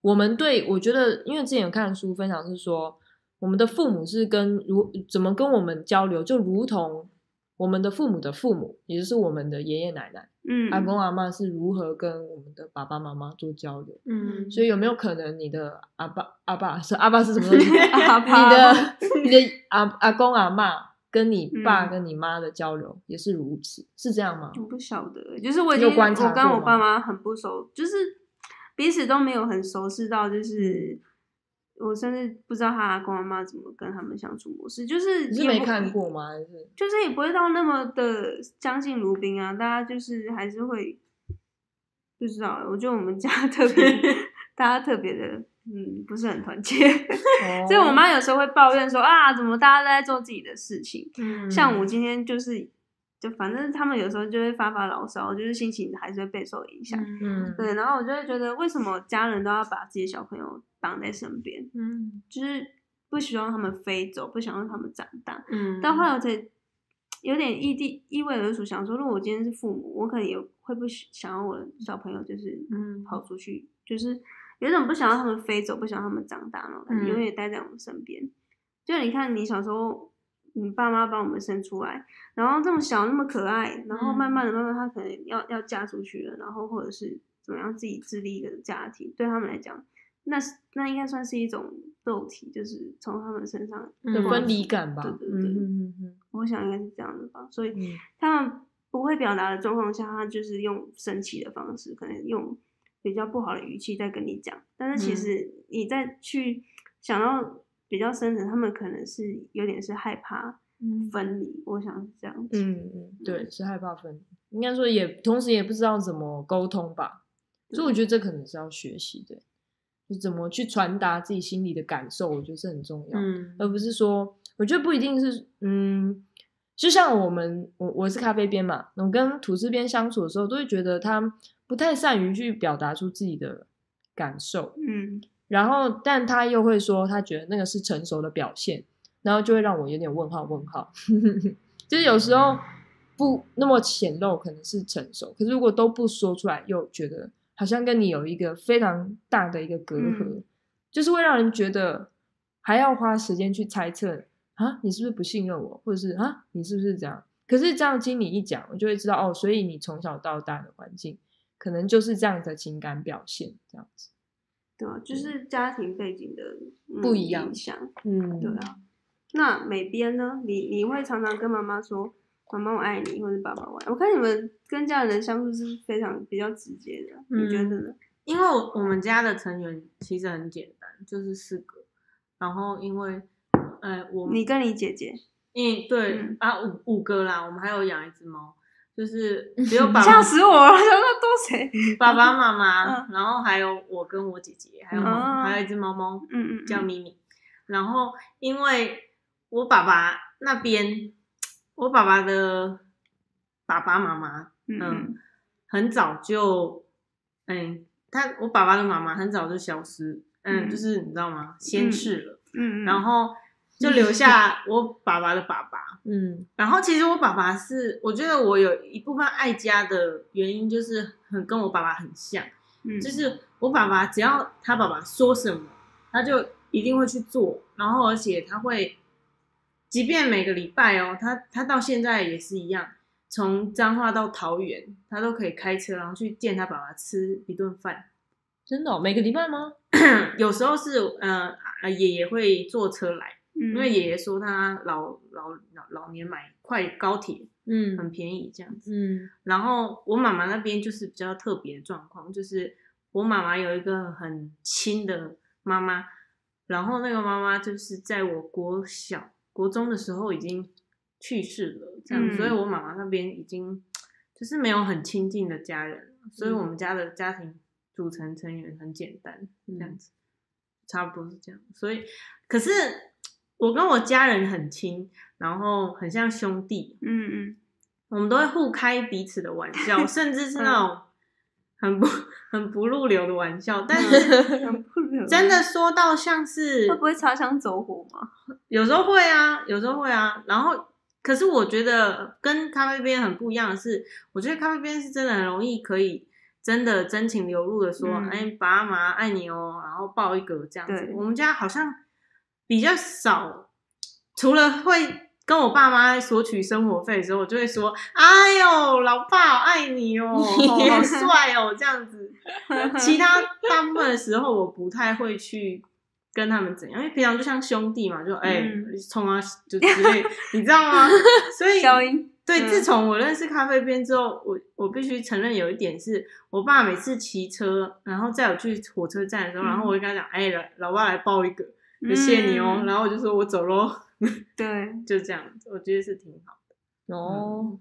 A: 我们对我觉得，因为之前有看书分享是说，我们的父母是跟如怎么跟我们交流，就如同我们的父母的父母，也就是我们的爷爷奶奶、
B: 嗯，
A: 阿公阿啊妈是如何跟我们的爸爸妈妈做交流。
C: 嗯，
A: 所以有没有可能你的阿爸阿爸是阿爸是什么东西？
B: 阿
A: 你
B: 爸
A: 的你的阿阿公阿妈跟你爸
B: 嗯
A: 跟你妈的交流也是如此，是这样吗？
B: 我不晓得，欸就是我已
A: 你有
B: 经
A: 观察
B: 我跟
A: 过
B: 我
A: 吗
B: 爸妈很不熟，就是彼此都没有很熟识到，就是我甚至不知道他阿公阿妈怎么跟他们相处模式，就是
A: 你是
B: 也
A: 没
B: 不
A: 看过吗？还是
B: 就是也不会到那么的相敬如宾啊，大家就是还是会不知道，欸我觉得我们家 特别，大家特别的，嗯，不是很团结， 所以我妈有时候会抱怨说啊，怎么大家都在做自己的事情，
C: 嗯
B: 像我今天就是，就反正他们有时候就会发发牢骚，就是心情还是会备受影响。
A: 嗯
B: 对，然后我就会觉得，为什么家人都要把自己的小朋友绑在身边，
C: 嗯
B: 就是不希望他们飞走，不想让他们长大。
C: 嗯，
B: 但后来我才有点意地意味而处，想说，如果我今天是父母，我可能也会不喜想要我的小朋友就是
C: 嗯
B: 跑出去，就是有一种不想让他们飞走，不想让他们长大那种感觉，
C: 嗯
B: 永远待在我们身边。就你看，你小时候，你爸妈把我们生出来，然后这么小那么可爱，然后慢慢的、
C: 嗯
B: 慢慢，他可能要要嫁出去了，然后或者是怎么样自己自立一个家庭，对他们来讲，那是那应该算是一种肉体，就是从他们身上
C: 嗯
A: 的
B: 过来
A: 分离感吧？
B: 对对对，
A: 嗯嗯嗯
B: 我想应该是这样的吧。所以
A: 嗯嗯
B: 他们不会表达的状况下，他就是用生气的方式，可能用比较不好的语气在跟你讲。但是其
C: 嗯
B: 实你再去想到比较深层，他们可能是有点是害怕
C: 嗯
B: 分离，我想是这样子。
A: 嗯嗯，对，是害怕分离，应该说也同时也不知道怎么沟通吧，所以我觉得这可能是要学习的，就怎么去传达自己心里的感受，我觉得是很重要。
C: 嗯
A: 而不是说，我觉得不一定是，嗯，就像我们，我我是咖啡边嘛，我跟吐司边相处的时候，都会觉得他不太善于去表达出自己的感受，
B: 嗯
A: 然后但他又会说他觉得那个是成熟的表现，然后就会让我有点问号问号， 就是有时候不那么显露可能是成熟，可是如果都不说出来，又觉得好像跟你有一个非常大的一个隔阂，
B: 嗯
A: 就是会让人觉得还要花时间去猜测啊，你是不是不信任我，或者是啊，你是不是这样？可是这样经你一讲，我就会知道哦，所以你从小到大的环境可能就是这样的情感表现，这样子，
B: 对啊，就是家庭背景的、嗯
A: 不一样
B: 影响。
A: 嗯
B: 对啊，那美编呢？你你会常常跟妈妈说“妈妈我爱你”或者“爸爸我爱你”？我看你们跟家人的相处是非常比较直接的，你觉得呢？
A: 嗯
C: 因为我我们家的成员其实很简单，就是四个。然后因为，呃，我
B: 你跟你姐姐
C: 因为对、
B: 嗯
C: 啊五五个啦，我们还有养一只猫，就是只 有爸
B: 嗯吓
C: 爸
B: 死我了，我想说都谁？
C: 爸爸妈妈，
B: 嗯
C: 然后还有我跟我姐姐，还有、
B: 嗯
C: 还有一只猫猫
B: 嗯嗯，
C: 叫咪咪。然后因为我爸爸那边，我爸爸的爸爸妈妈
B: 嗯
C: 嗯
B: 嗯，
C: 很早就，哎、他我爸爸的妈妈很早就消失，嗯，
B: 嗯
C: 就是你知道吗？先逝了，
B: 嗯嗯，
C: 然后就留下 我爸爸的爸爸。
A: 嗯
C: 然后其实我爸爸是，我觉得我有一部分爱家的原因，就是很跟我爸爸很像，
B: 嗯
C: 就是我爸爸只要他爸爸说什么，他就一定会去做，然后而且他会，即便每个礼拜哦，他他到现在也是一样，从彰化到桃园，他都可以开车，然后去见他爸爸吃一顿饭。
A: 真的哦、每个礼拜吗？
C: 有时候是呃呃爷爷会坐车来，因
B: 因
C: 为爷爷说他老老老老年买快高铁很
A: 嗯
C: 便宜这样子。
A: 嗯
C: 然后我妈妈那边就是比较特别的状况，就是我妈妈有一个很亲的妈妈，然后那个妈妈就是在我国小、国中的时候已经去世了，这样，
B: 嗯
C: 所以我妈妈那边已经就是没有很亲近的家人了，所以我们家的家庭组成成员很简单，这样子，差不多是这样。所以，可是我跟我家人很亲，然后很像兄弟，
B: 嗯嗯
C: 我们都会互开彼此的玩 笑，甚至是那种很不 很不入流的玩笑。但是
B: 嗯很不了，
C: 真的说到像是
B: 会不会擦枪走火嘛？
C: 有时候会啊，有时候会啊。然后，可是我觉得跟咖啡边很不一样的是，我觉得咖啡边是真的很容易可以真的真情流露的说，
B: 嗯
C: 哎、爸妈爱你哦，然后抱一个这样子
B: 对。
C: 我们家好像比较少，除了会。跟我爸妈索取生活费的时候，我就会说：“哎呦，老爸，我爱你哦，哦 好帅哦，这样子。” 其他大部分的时候，我不太会去跟他们怎样，因为平常就像兄弟嘛，就哎
B: 嗯
C: 冲、啊就之类，你知道 吗？所以
B: 消音，
C: 对，
B: 嗯
C: 自从我认识咖啡边之后，我我必须承认有一点是，我爸每次骑车，然后载我去火车站的时候，
B: 嗯
C: 然后我就跟他讲，哎、老老爸来抱一个，谢谢你哦，
B: 嗯
C: 然后我就说我走喽，
B: 对
C: 就这样，我觉得是挺好。
A: 哦，
B: 嗯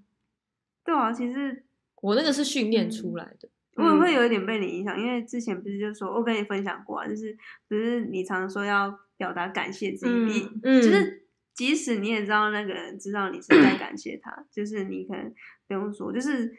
B: 对啊，其实
A: 我那个是训练出来的。
B: 我也
C: 嗯
B: 会有一点被你影响，因为之前不是就说，我跟你分享过、啊，就是不是你常说要表达感谢自己，你
C: 嗯
A: 嗯，
B: 就是即使你也知道那个人知道你是在感谢他， 就是你可能不用说，就是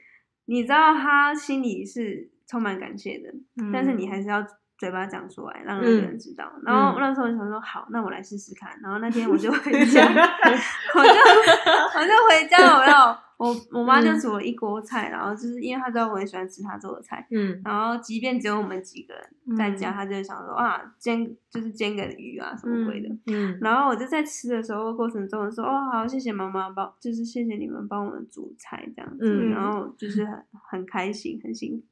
B: 你知道他心里是充满感谢的，
C: 嗯
B: 但是你还是要嘴巴讲出来，让那个
A: 嗯
B: 人知道。然后那时候我想说，好，那我来试试看。然后那天我就回 家，我就我就回家了，我要我我妈
A: 嗯
B: 就煮了一锅菜，然后就是因为她知道我很喜欢吃她做的菜，
A: 嗯
B: 然后即便只有我们几个人在家，她就想说啊煎就是煎个鱼啊什么鬼的。
A: 嗯
B: 然后我就在吃的时候过程中说哦好，谢谢妈妈帮，就是谢谢你们帮我们煮菜这样子，
A: 嗯
B: 然 后就是很很开心，很幸福。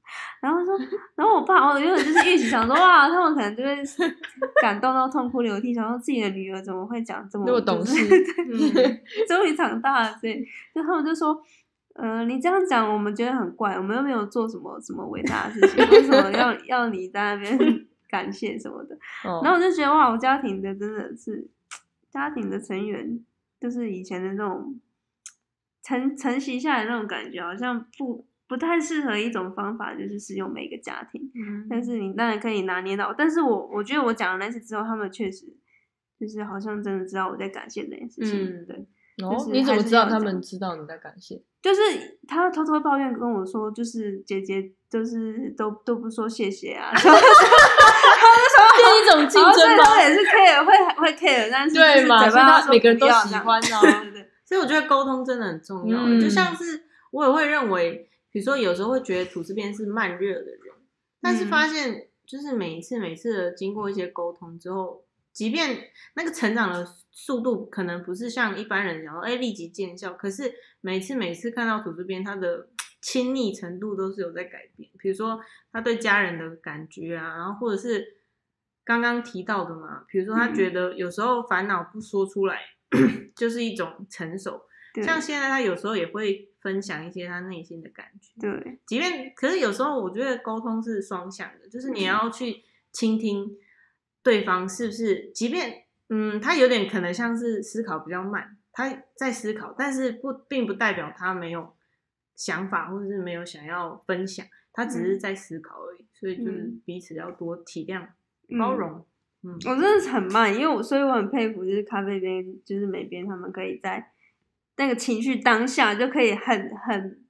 B: 然后说，然后我爸，哦我原本就是预期想说哇，他们可能就 会感动到痛哭流涕，想说自己的女儿怎么会讲这么
A: 那么懂
B: 哦就是
A: 事
C: 嗯
B: 终于长大了，所以就他们就说，呃，你这样讲我们觉得很怪，我们又没有做什么什么伟大的事情，为什么要要你在那边 感谢什么的？
A: 哦，
B: 然后我就觉得哇，我家庭的真的是家庭的成员，就是以前的那种承承袭下来的那种感觉，好像不不太适合一种方法，就是适用每个家庭。
C: 嗯
B: 但是你当然可以拿捏到，但是我我觉得我讲了那次之后，他们确实就是好像真的知道我在感谢这件事情。
C: 嗯
B: 对，
A: 哦
B: 是
A: 你怎
B: 还
A: 么
B: 是
A: 知道
B: 要
A: 他
B: 这
A: 们
B: 样
A: 知道你在感 谢？
B: 就是他偷偷抱怨跟我说，就是姐姐就是都都不说谢谢啊， 然后
A: 这一种竞
B: 哦所
A: 争
B: 以他
A: 吗？
B: 们也是 care 会会 care，但是
A: 对嘛
B: 嘛，
A: 所以大家
B: 他
A: 每个人都喜欢
B: 呢
A: 啊。
B: 对对对。
C: 所以我觉得沟通真的很重要。欸
A: 嗯
C: 就像是我也会认为，比如说有时候会觉得吐司边是慢热的人，但是发现就是每一次每一次的经过一些沟通之后，即便那个成长的速度可能不是像一般人讲说哎立即见效，可是每次每次看到吐司边他的。亲密程度都是有在改变，比如说他对家人的感觉啊，然后或者是刚刚提到的嘛，比如说他觉得有时候烦恼不说出来， 就是一种成熟。
B: 对
C: 像现在他有时候也会分享一些他内心的感觉，
B: 对
C: 即便可是有时候我觉得沟通是双向的，就是你要去倾听对方是不是，即便嗯，他有点可能像是思考比较慢，他在思考，但是不并不代表他没有想法或者是没有想要分享，他只是在思考而已，所以就是
B: 嗯
C: 彼此要多体谅、
B: 嗯哦
C: 包容，嗯，
B: 我真的是很慢，因为我所以我很佩服，就是咖啡边就是美边他们可以在那个情绪当下就可以很很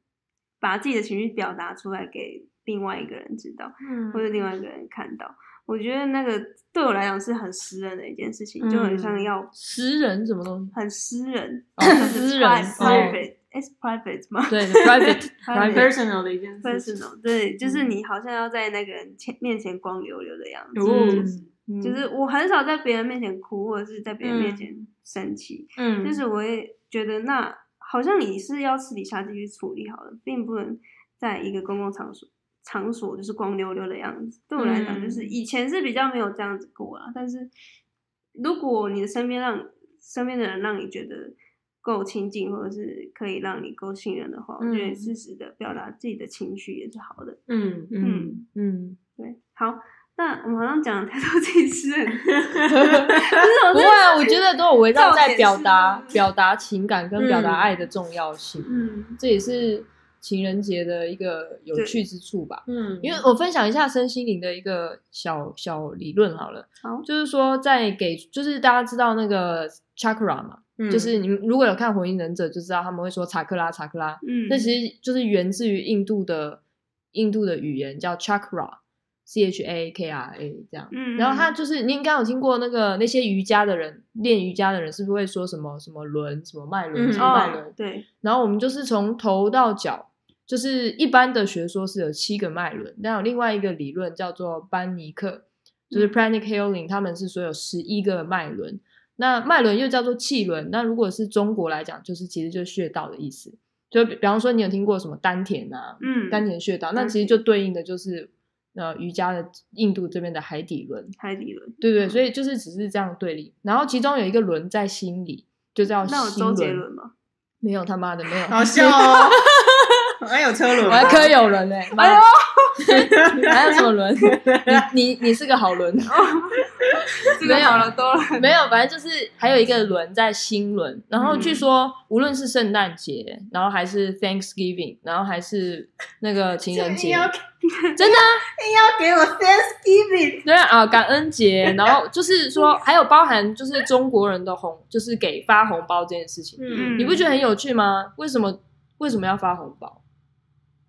B: 把自己的情绪表达出来给另外一个人知道，
C: 嗯
B: 或者另外一个人看到。我觉得那个对我来讲是很私人的一件事情，
C: 嗯
B: 就很像要
A: 诗人什么东西？
B: 很私人，
A: 哦私人
B: private，it's private 吗？
A: 对，private private，
C: personal 的一件事情，
B: personal，对，就是嗯你好像要在那个人前面前光溜溜的样子，
A: 嗯，
C: 嗯
B: 就是我很少在别人面前哭，或者是在别人面前生气，
C: 嗯，
B: 就是我也觉得那好像你是要私底下继续处理好了，并不能在一个公共场所场所就是光溜溜的样子。对我来讲，就是
C: 嗯
B: 以前是比较没有这样子过啦，但是如果你的身边让身边的人让你觉得够亲近，或者是可以让你够信任的话，我觉得
C: 嗯
B: 适时的表达自己的情绪也是好的。
C: 嗯
A: 嗯嗯，
B: 对，好，那我们好像讲了太多自己私 人的 哦
A: 不会啊，我觉得都有围绕
B: 重点
A: 在
B: 是嗯
A: 表达、表达情感跟表达爱的重要性，
C: 嗯
A: 这也是情人节的一个有趣之处吧。
C: 嗯，
A: 因为我分享一下身心灵的一个小小理论好了，
B: 好
A: 就是说在给，就是大家知道那个 chakra 嘛，
C: 嗯
A: 就是你们如果有看《火影忍者》就知道他们会说查克拉查克拉，
B: 嗯，
A: 那其实就是源自于印度的印度的语言叫 chakra，c h a k r a 这样。
B: 嗯，
A: 然后它就是你应该有听过那个那些瑜伽的人练瑜伽的人是不是会说什么什么轮什么脉轮
C: 嗯
A: 什么脉轮
B: 哦，？对，
A: 然后我们就是从头到脚，就是一般的学说是有七个脉轮，但有另外一个理论叫做班尼克，就是
B: 嗯
A: Pranic Healing，他们是说有十一个脉轮。那脉轮又叫做气轮，那如果是中国来讲，就是其实就是穴道的意思。就比比方说，你有听过什么丹田啊、
B: 嗯，
A: 丹田穴道，那
B: 丹
A: 其实
B: 田
A: 就对应的就是呃瑜伽的印度这边的海底轮。
B: 海底轮，
A: 对对，
B: 嗯
A: 所以就是只是这样对立。然后其中有一个轮在心里，就叫
B: 那有
A: 心
B: 周杰伦吗？
A: 没有他妈的 没有，
C: 好笑哦，还有车轮
A: 我
C: 吗，
A: 还可以有轮哎、
B: 哎
A: 呦，还有什么轮？你你你是个好轮，
B: 这哦个
A: 没有
B: 好了多了，
A: 没有，反正就是还有一个轮在新轮。然后据说、
B: 嗯
A: 无论是圣诞节，然后还是 Thanksgiving，然后还是那个情人
C: 硬
A: 节，
C: 要
A: 真的啊
C: 硬要给我 Thanksgiving，
A: 对啊啊，感恩节，然后就是
B: 嗯
A: 说还有包含就是中国人的红，就是给发红包这件事情。
B: 嗯
A: 你不觉得很有趣吗？为什么为什么要发红包？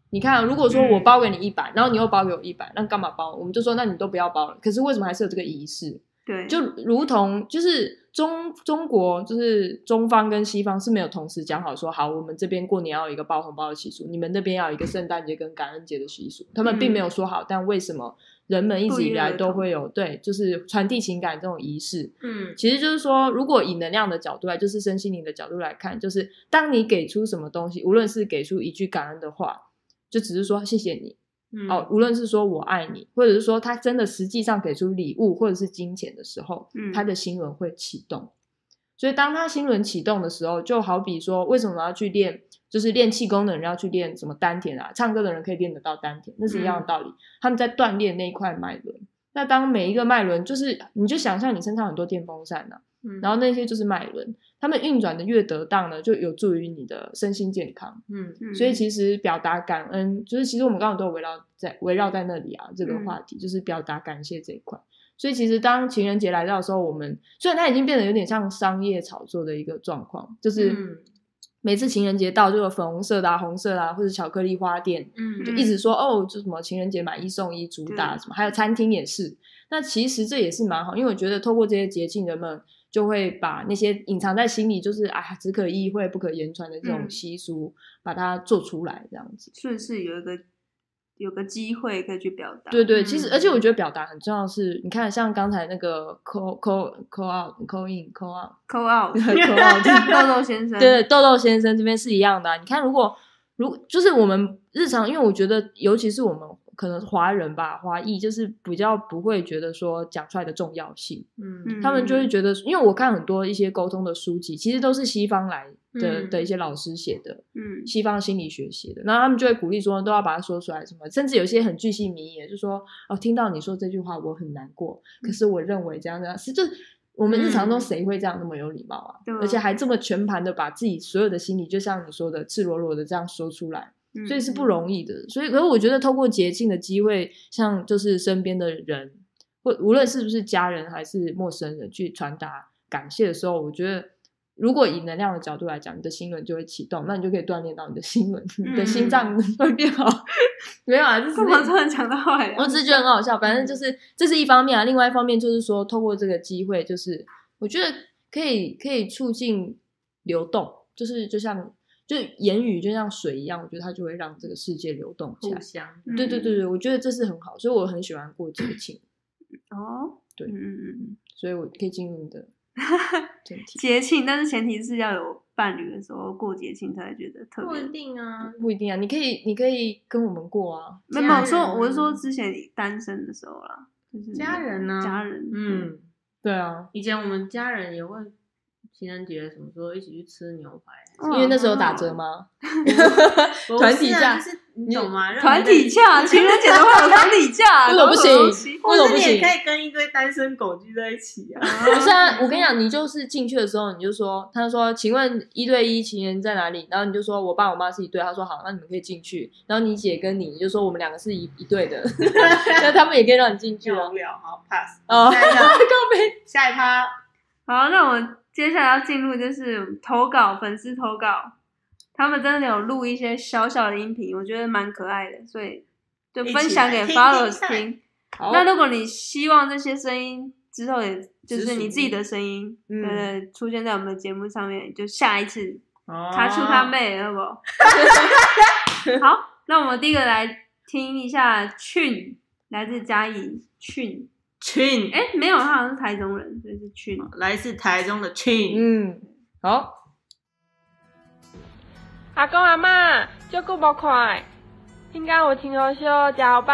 A: 你看啊、如果说我包给你一百、然后你又包给我一百，那干嘛包？我们就说那你都不要包了。可是为什么还是有这个仪式？
B: 对，
A: 就如同就是中中国就是中方跟西方是没有同时讲好说好，我们这边过年要有一个包红包的习俗，你们那边要有一个圣诞节跟感恩节的习俗，他们并没有说好。但为什么人们一直以来都会有对，就是传递情感这种仪式？
C: 嗯
A: 其实就是说，如果以能量的角度来，就是身心灵的角度来看，就是当你给出什么东西，无论是给出一句感恩的话，就只是说谢谢你
C: 嗯
A: 哦，，无论是说我爱你，或者是说他真的实际上给出礼物或者是金钱的时候，
B: 嗯
A: 他的心轮会启动。所以当他心轮启动的时候，就好比说，为什么要去练，就是练气功的人要去练什么丹田啊，唱歌的人可以练得到丹田，那是一样的道理。他们在锻炼那一块脉轮。那当每一个脉轮，就是你就想象你身上很多电风扇啊，然
C: 后
A: 后那些就是脉轮，它们运转的越得当呢，就有助于你的身心健康。
C: 嗯
B: 嗯
A: 所以其实表达感恩，就是其实我们刚刚都有围绕在围绕在那里啊，这个话题、就是表达感谢这一块。所以其实当情人节来到的时候，我们虽然它已经变得有点像商业炒作的一个状况，就是
C: 嗯
A: 每次情人节到就有粉红色的、啊、红色的、啊，或者巧克力花店，
C: 嗯
A: 就
B: 嗯
A: 一直说哦，就什么情人节买一送一主打
B: 对
A: 什么，还有餐厅也是。那其实这也是蛮好，因为我觉得透过这些节庆，人们就会把那些隐藏在心里，就是啊只可意会不可言传的这种
B: 嗯
A: 习俗，把它做出来这样子。
B: 顺势有一个有个机会可以去表达，
A: 对对，其实
C: 嗯
A: 而且我觉得表达很重要的是，你看像刚才那个 call call call out call in call out
B: ，call out，
A: call out，
B: 豆豆先生，
A: 对，豆豆先生这边是一样的啊、你看，如果如就是我们日常，因为我觉得，尤其是我们可能华人吧，华裔就是比较不会觉得说讲出来的重要性，
C: 嗯
A: 他们就会觉得，因为我看很多一些沟通的书籍，其实都是西方来的、
C: 嗯
A: 的一些老师写的，
B: 嗯
A: 西方心理学写的，那他们就会鼓励说都要把它说出来，什么，甚至有些很巨细靡遗的，就说哦，听到你说这句话我很难过，
B: 嗯
A: 可是我认为这样这样是就我们日常中
C: 嗯
A: 谁会这样那么有礼貌啊？
B: 对啊
A: 而且还这么全盘的把自己所有的心理，就像你说的赤裸裸的这样说出来，
B: 嗯，
A: 所以是不容易的。所以，可是我觉得透过捷径的机会，像就是身边的人，或无论是不是家人还是陌生人，去传达感谢的时候，我觉得如果以能量的角度来讲，你的心轮就会启动，那你就可以锻炼到你的心轮，你的心脏会变好。 没有啊，这只
B: 嗯干嘛
A: 是
B: 突然讲到海洋？
A: 我只是觉得很好笑。反正就是这是一方面啊，另外一方面就是说，透过这个机会，就是我觉得可以可以促进流动，就是就像就言语就像水一样，我觉得它就会让这个世界流动起
C: 互
A: 来。
C: 相
B: 嗯
A: 对对对对，我觉得这是很好，所以我很喜欢过节庆，
B: 哦，
A: 对
B: 嗯嗯嗯嗯，
A: 所以我可以进入你 的整体，
B: 节庆，但是前提是要有伴侣的时候过节庆才会觉得特
C: 不一
B: 别。
C: 定啊，
A: 不一定啊，你可以你可以跟我们过啊，
B: 没有，没有
C: 家人
B: 说我是说之前你单身的时候啦，就是
C: 家人呢
B: 家人，
C: 嗯，
A: 对啊，
C: 以前我们家人也会情人节什么时候一起去吃牛排，
B: 嗯，
A: 因为那时候打
B: 哦
A: 折吗？
C: 不
A: 团
C: 是
A: 体
C: 啊
A: 价
C: 就是你懂吗？让
B: 团
C: 你在
B: 体价，情人节都会有团体价，
A: 为 什么不行
B: 搞什
A: 为什么
B: 东西
A: 不
C: 或是你也
A: 行
C: 可以跟一堆单身狗聚在一起啊。
A: 不是啊，我跟你讲，你就是进去的时候，你就说，他说，请问一对一情人在哪里？然后你就说，我爸我妈是一对，他说好，那你们可以进去。然后你姐跟你，你就说我们两个是一一对的， 那他们也可以让你进去
C: 好
A: 啊
C: 无。聊，好 pass。
A: 哦
C: 下一个，下一趴，
B: 好，那我们接下来要进入就是投稿粉丝投稿，他们真的有录一些小小的音频，我觉得蛮可爱的，所以就分享给
C: 一起来听
B: followers
C: 听看
B: 听。
A: 好，
B: 那如果你希望这些声音之后也就是你
A: 直属
B: 自己的声音，
A: 嗯
B: 呃，出现在我们的节目上面，就下一次他
A: 哦
C: 他
B: 出他，妹，好不好？ 好，那我们第一个来听一下俊，来自嘉义俊，
C: 群，
B: 哎，没有，他好像是台中人，所以是俊。
C: 来自台中的群，
A: 嗯，好，
E: 阿公阿嬷，照顾无看的，应该有青红烧食好饱。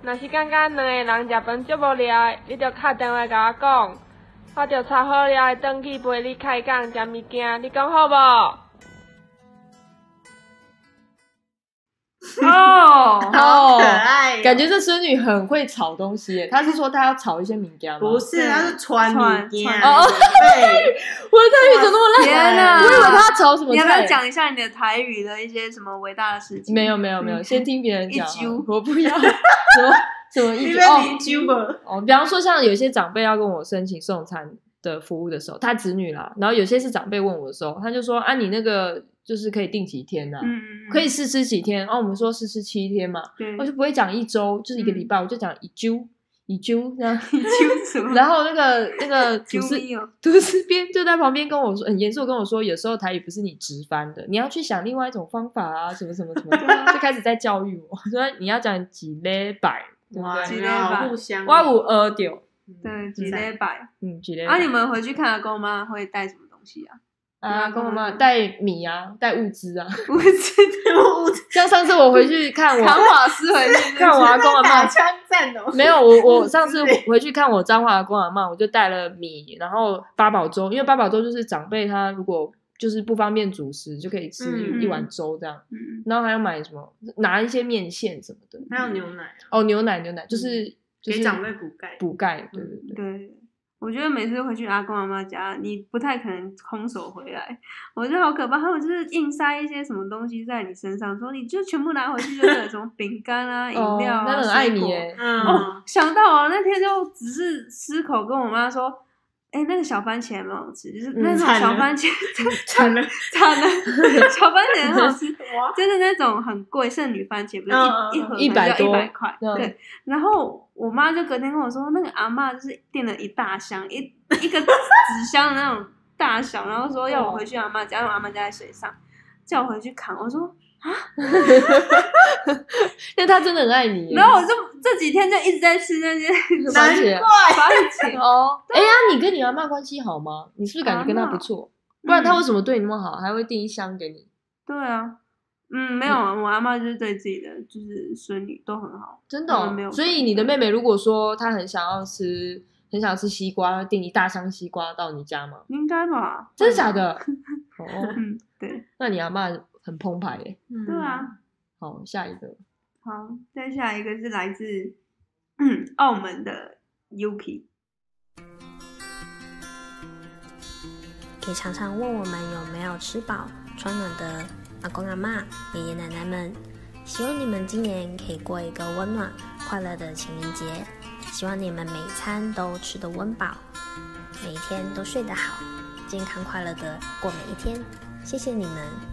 E: 若是感觉两个人食饭足无聊的，你着敲电话甲我讲，我着炒好料的转去陪你开讲食物件，你讲好无？
B: 哦，
A: 好
C: 可，爱哦，
A: 感觉这孙女很会炒东西耶。她是说她要炒一些民间吗？
C: 不
A: 我的
C: 是，他是传
B: 传
C: 你
B: 传
A: 哦
C: 对，
A: 泰语怎么那么
B: 天
A: 烂？
B: 哪！
A: 我以为她要炒什么
B: 你要不要
A: 菜。
B: 讲一下你的台语的一些什么伟大的事情？
A: 没有没有没有，
B: 嗯
A: 先听别人讲
B: 一揪
A: 啊。我不要， 什么什么一
C: 你
A: 揪
C: 们
A: 哦。
C: 邻居们，
A: 哦，比方说像有些长辈要跟我申请送餐的服务的时候，他子女啦，然后有些是长辈问我的时候，他就说啊，你那个就是可以定几天呐、
B: 嗯，嗯，嗯
A: 可以，试吃几天？哦，我们说试吃七天嘛，
B: 对，
A: 我就不会讲一周，就是一
B: 嗯
A: 个礼拜，我就讲一周一周这 样。
B: 你揪什么？
A: 然后那个那 个厨
B: 揪
A: 师
B: 咪哦，
A: 吐司边就在旁边跟我说，很严肃地跟我说，有时候台语不是你直翻的，你要去想另外一种方法啊，什么什么什么， 就开始在教育我 说你要讲几礼拜，对不
C: 哇，
A: 对？
C: 你们好互相，
A: 我有学到，
B: 对，几礼拜。
A: 嗯，几礼拜
B: 啊，。你们回去看阿公妈会带什么东西啊？
A: 啊，
B: 嗯
A: 跟我妈
B: 嗯
A: 带米啊，带物资啊。
B: 我知
A: 像上次我回去看
B: 道，
A: 我
B: 扛瓦斯回去，
A: 看我阿公阿
C: 打
A: 妈，
C: 枪战 哦，
A: 没有我我上次回去看我彰化阿公阿妈，我就带了米，然后八宝粥，因为八宝粥就是长辈他如果就是不方便主食，就可以吃
C: 嗯
A: 一碗粥这样。
B: 嗯，
A: 然后还要买什么，拿一些面线什么的。
C: 还有牛奶，
A: 哦，牛奶牛奶
B: 嗯
A: 就是就是
C: 给长辈补钙，
A: 补钙，对对对。
B: 对。我觉得每次回去阿公阿妈家，你不太可能空手回来，我觉得好可怕。他们就是硬塞一些什么东西在你身上，说你就全部拿回去，就是 什么饼干啊、饮
A: 哦，
B: 料啊、
A: 那很爱
B: 水
A: 你
B: 果
A: 耶。 哦
C: 嗯，
B: 想到啊，那天就只是吃口跟我妈说，哎、那个小番茄蛮好吃，就是
A: 嗯
B: 那种
C: 惨
B: 小
C: 了
B: 番茄，
C: 惨了，
B: 惨了， 小番茄很好吃，
C: 哇，
B: 就是那种很贵，剩女番茄不是
C: 嗯嗯嗯
B: 一、一盒
A: 一百
B: 一
A: 多
B: 百块，
A: 嗯
B: 对。然后我妈就隔天跟我说，那个阿嬷就是订了一大箱，一一个纸箱的那种大小，然后说要我回去阿嬷家，因为我阿嬷家在水上，叫我回去扛。我说，
A: 那他真的很爱你 耶。
B: 然后我就这几天就一直在吃那些
A: 番
B: 番
A: 茄。
B: 茄，
A: 哦， 哎呀，你跟你阿妈关系好吗？
B: 嗯
A: 你是不是感觉跟她不错？不然她为什么对你那么好，还会订一箱给你？
B: 对啊，嗯，没有，我阿妈就是对自己的就是孙女都很好。
A: 真的哦、
B: 嗯没有
A: 所以你的妹妹如果说她很想要吃，很想吃西瓜，订一大箱西瓜到你家吗？
B: 应该吧？
A: 真的假 的？哦，
B: 嗯，对，
A: 那你阿嬷很澎湃耶。
C: 嗯
B: 对啊。
A: 好，下一个
B: 好，再下一个是来自 嗯澳门的 Yuki，
F: 给常常问我们有没有吃饱穿暖的阿公阿嬷、爷爷奶奶们，希望你们今年可以过一个温暖快乐的情人节，希望你们每餐都吃得温饱，每天都睡得好，健康快乐的过每一天。谢谢你们。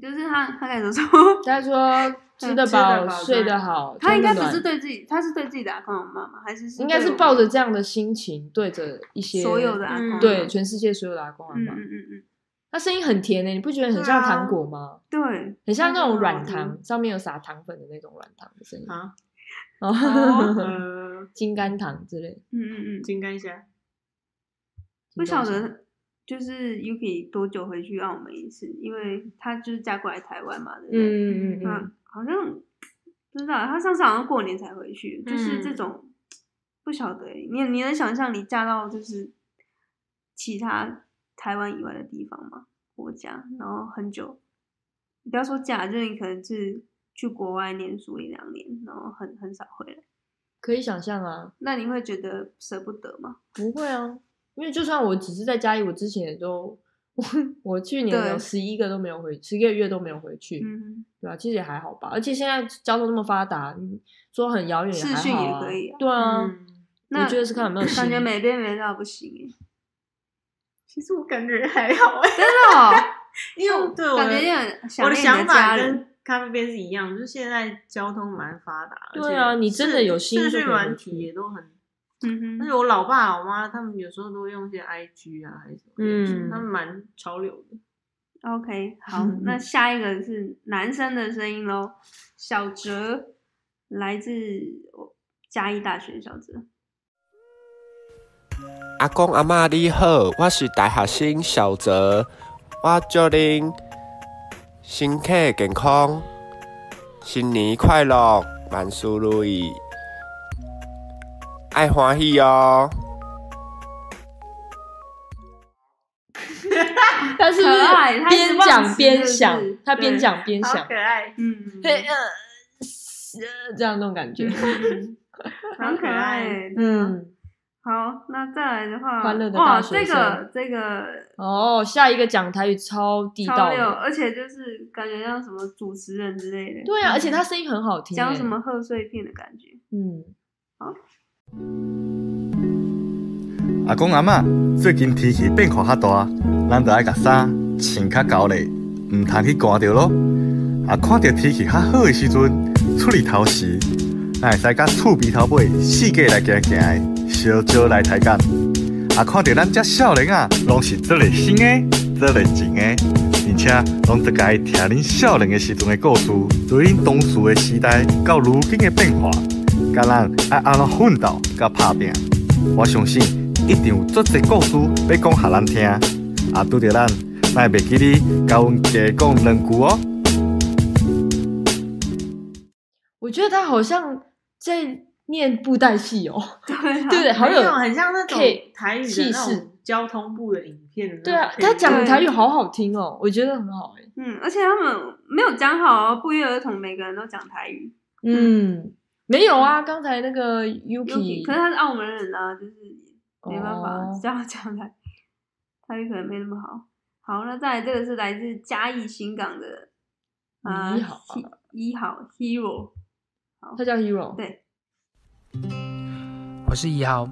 B: 就是他，他开 始说，
A: 大家 说吃得
C: 吃得
A: 饱、
C: 饱
A: 睡得好，
B: 他应该不
A: 穿得暖
B: 是对自己，他是对自己的阿公阿妈吗？还是
A: 应该是
B: 对
A: 抱着这样的心情，对着一些
B: 所有的阿公阿嬷
A: 对全世界所有的阿公阿
B: 嗯嗯啊
A: 嬷，
B: 嗯嗯，
A: 他声音很甜呢，你不觉得很像糖果吗？
B: 对，
A: 很像那种软
B: 那就好
A: 糖，上面有撒糖粉的那种软糖的声音，
C: 啊，
A: 哦，
C: 呃，
A: 金甘糖之类。
B: 嗯嗯嗯，
C: 金刚侠，
B: 不晓
A: 金甘
B: 得就是 Yuki 多久回去澳门一次，因为他就是嫁过来台湾嘛，对不对？
A: 嗯嗯嗯嗯嗯，
B: 嗯，好像不知道，他上次好像过年才回去，就是这
C: 嗯
B: 种不晓得欸，你你能想象你嫁到就是其他台湾以外的地方吗？国家，然后很久，你不要说嫁，就是你可能是去国外念书一两年，然后很很少回来，
A: 可以想象啊，
B: 那你会觉得舍不得吗？
A: 不会啊，因为就算我只是在家里，我之前也都我我去年有
B: 对
A: 十一个都没有回，十一个月都没有回去，
B: 嗯
A: 对啊，其实也还好吧。而且现在交通那么发达，你说很遥远也还
B: 视讯
A: 好
B: 也
A: 啊。
B: 可以啊
A: 对啊，
C: 嗯
A: 我
B: 那
A: 觉得是看有没有
B: 感觉
A: 心
B: 没边没到不行哎，
C: 其实我感觉还好哎，
B: 真的哦，
C: 因为我对我
B: 感觉有
C: 的
B: 点
C: 我
B: 想
C: 的
B: 念你
C: 想
B: 的家
C: 法
B: 人。
C: 跟咖啡边是一样，就是现在交通蛮发达，而
A: 对
C: 且
A: 啊你真的
C: 视
A: 有心就
C: 视讯
A: 可以
C: 软
A: 回
C: 体
A: 去
C: 也都很，
B: 嗯
C: 而且
B: 哼，
C: 我老爸老妈他们有时候都会用一些 IG 啊还是什么，
A: 嗯
C: 他们蛮潮流的。
B: OK，好，
C: 嗯
B: 那下一个是男生的声音喽，小哲，来自嘉义大学，小哲，
G: 阿公阿嬷你好，我是大学生小泽，我祝恁身体健康，新年快乐，万事如意，爱欢喜哦。
A: 他是不
B: 可爱
A: 是
B: 他
A: 边
B: 一直忘
A: 讲
B: 词
A: 边
B: 是不是
A: 想？他
B: 对
A: 边讲边
C: 好
A: 想
C: 可，爱，
B: 嗯，
A: 对， 呃，呃这样那种感觉。
B: 很可爱欸，嗯，
A: 嗯，
B: 好，那再来的话，
A: 欢乐的
B: 哇，
A: 大学
B: 这个这个
A: 哦，下一个讲台语超地
B: 超
A: 道
B: 六，
A: 的，
B: 而且就是感觉像什么主持人之类的，
A: 对
C: 嗯
A: 啊，而且他声音很好听。
B: 嗯
A: 欸
B: 讲什？么贺岁片的感觉，
A: 嗯，
H: 阿公阿嬷，最近天气变化较大，咱就爱甲衫穿较厚咧，毋通去寒着咯。啊，看到天气较好诶时阵，出日头时，咱会使甲厝边头尾四界来行行诶，小招来抬杠。啊，看到咱遮少年啊，拢是做热心诶，做热情诶，而且拢一家听恁少年诶时阵诶故事，对恁当时诶时代到如今诶变化，甲咱爱安怎奋斗甲打拼。我相信一定有足侪故事要讲给咱听，啊，拄着咱，咱会袂记哩，甲阮加讲两句哦。
A: 我觉得他好像在念布袋戏哦，
B: 对啊
A: 对不对？好
C: 没
A: 有
C: 有很像那种
A: K-
C: 台语
A: 气
C: 的那
A: 势
C: 种交通部的影片的
A: 对啊他
C: 那，种 K-pop
A: 讲的
B: 对
A: 台语好好听哦，我觉得很好哎、
B: 嗯，而且他们没有讲好哦，不约而同每个人都讲台语
A: 嗯，没有啊，刚才那个 Yuki，
B: ，Yuki，可是他是澳门人啊，就是没办法，
A: 哦
B: 这样讲来，台语可能没那么好。好，那再来这个是来自嘉义新港的啊
A: 一号吧
B: ，He- 一号 Hero，
A: 他叫 Hero，
B: 对，
I: 我是一豪。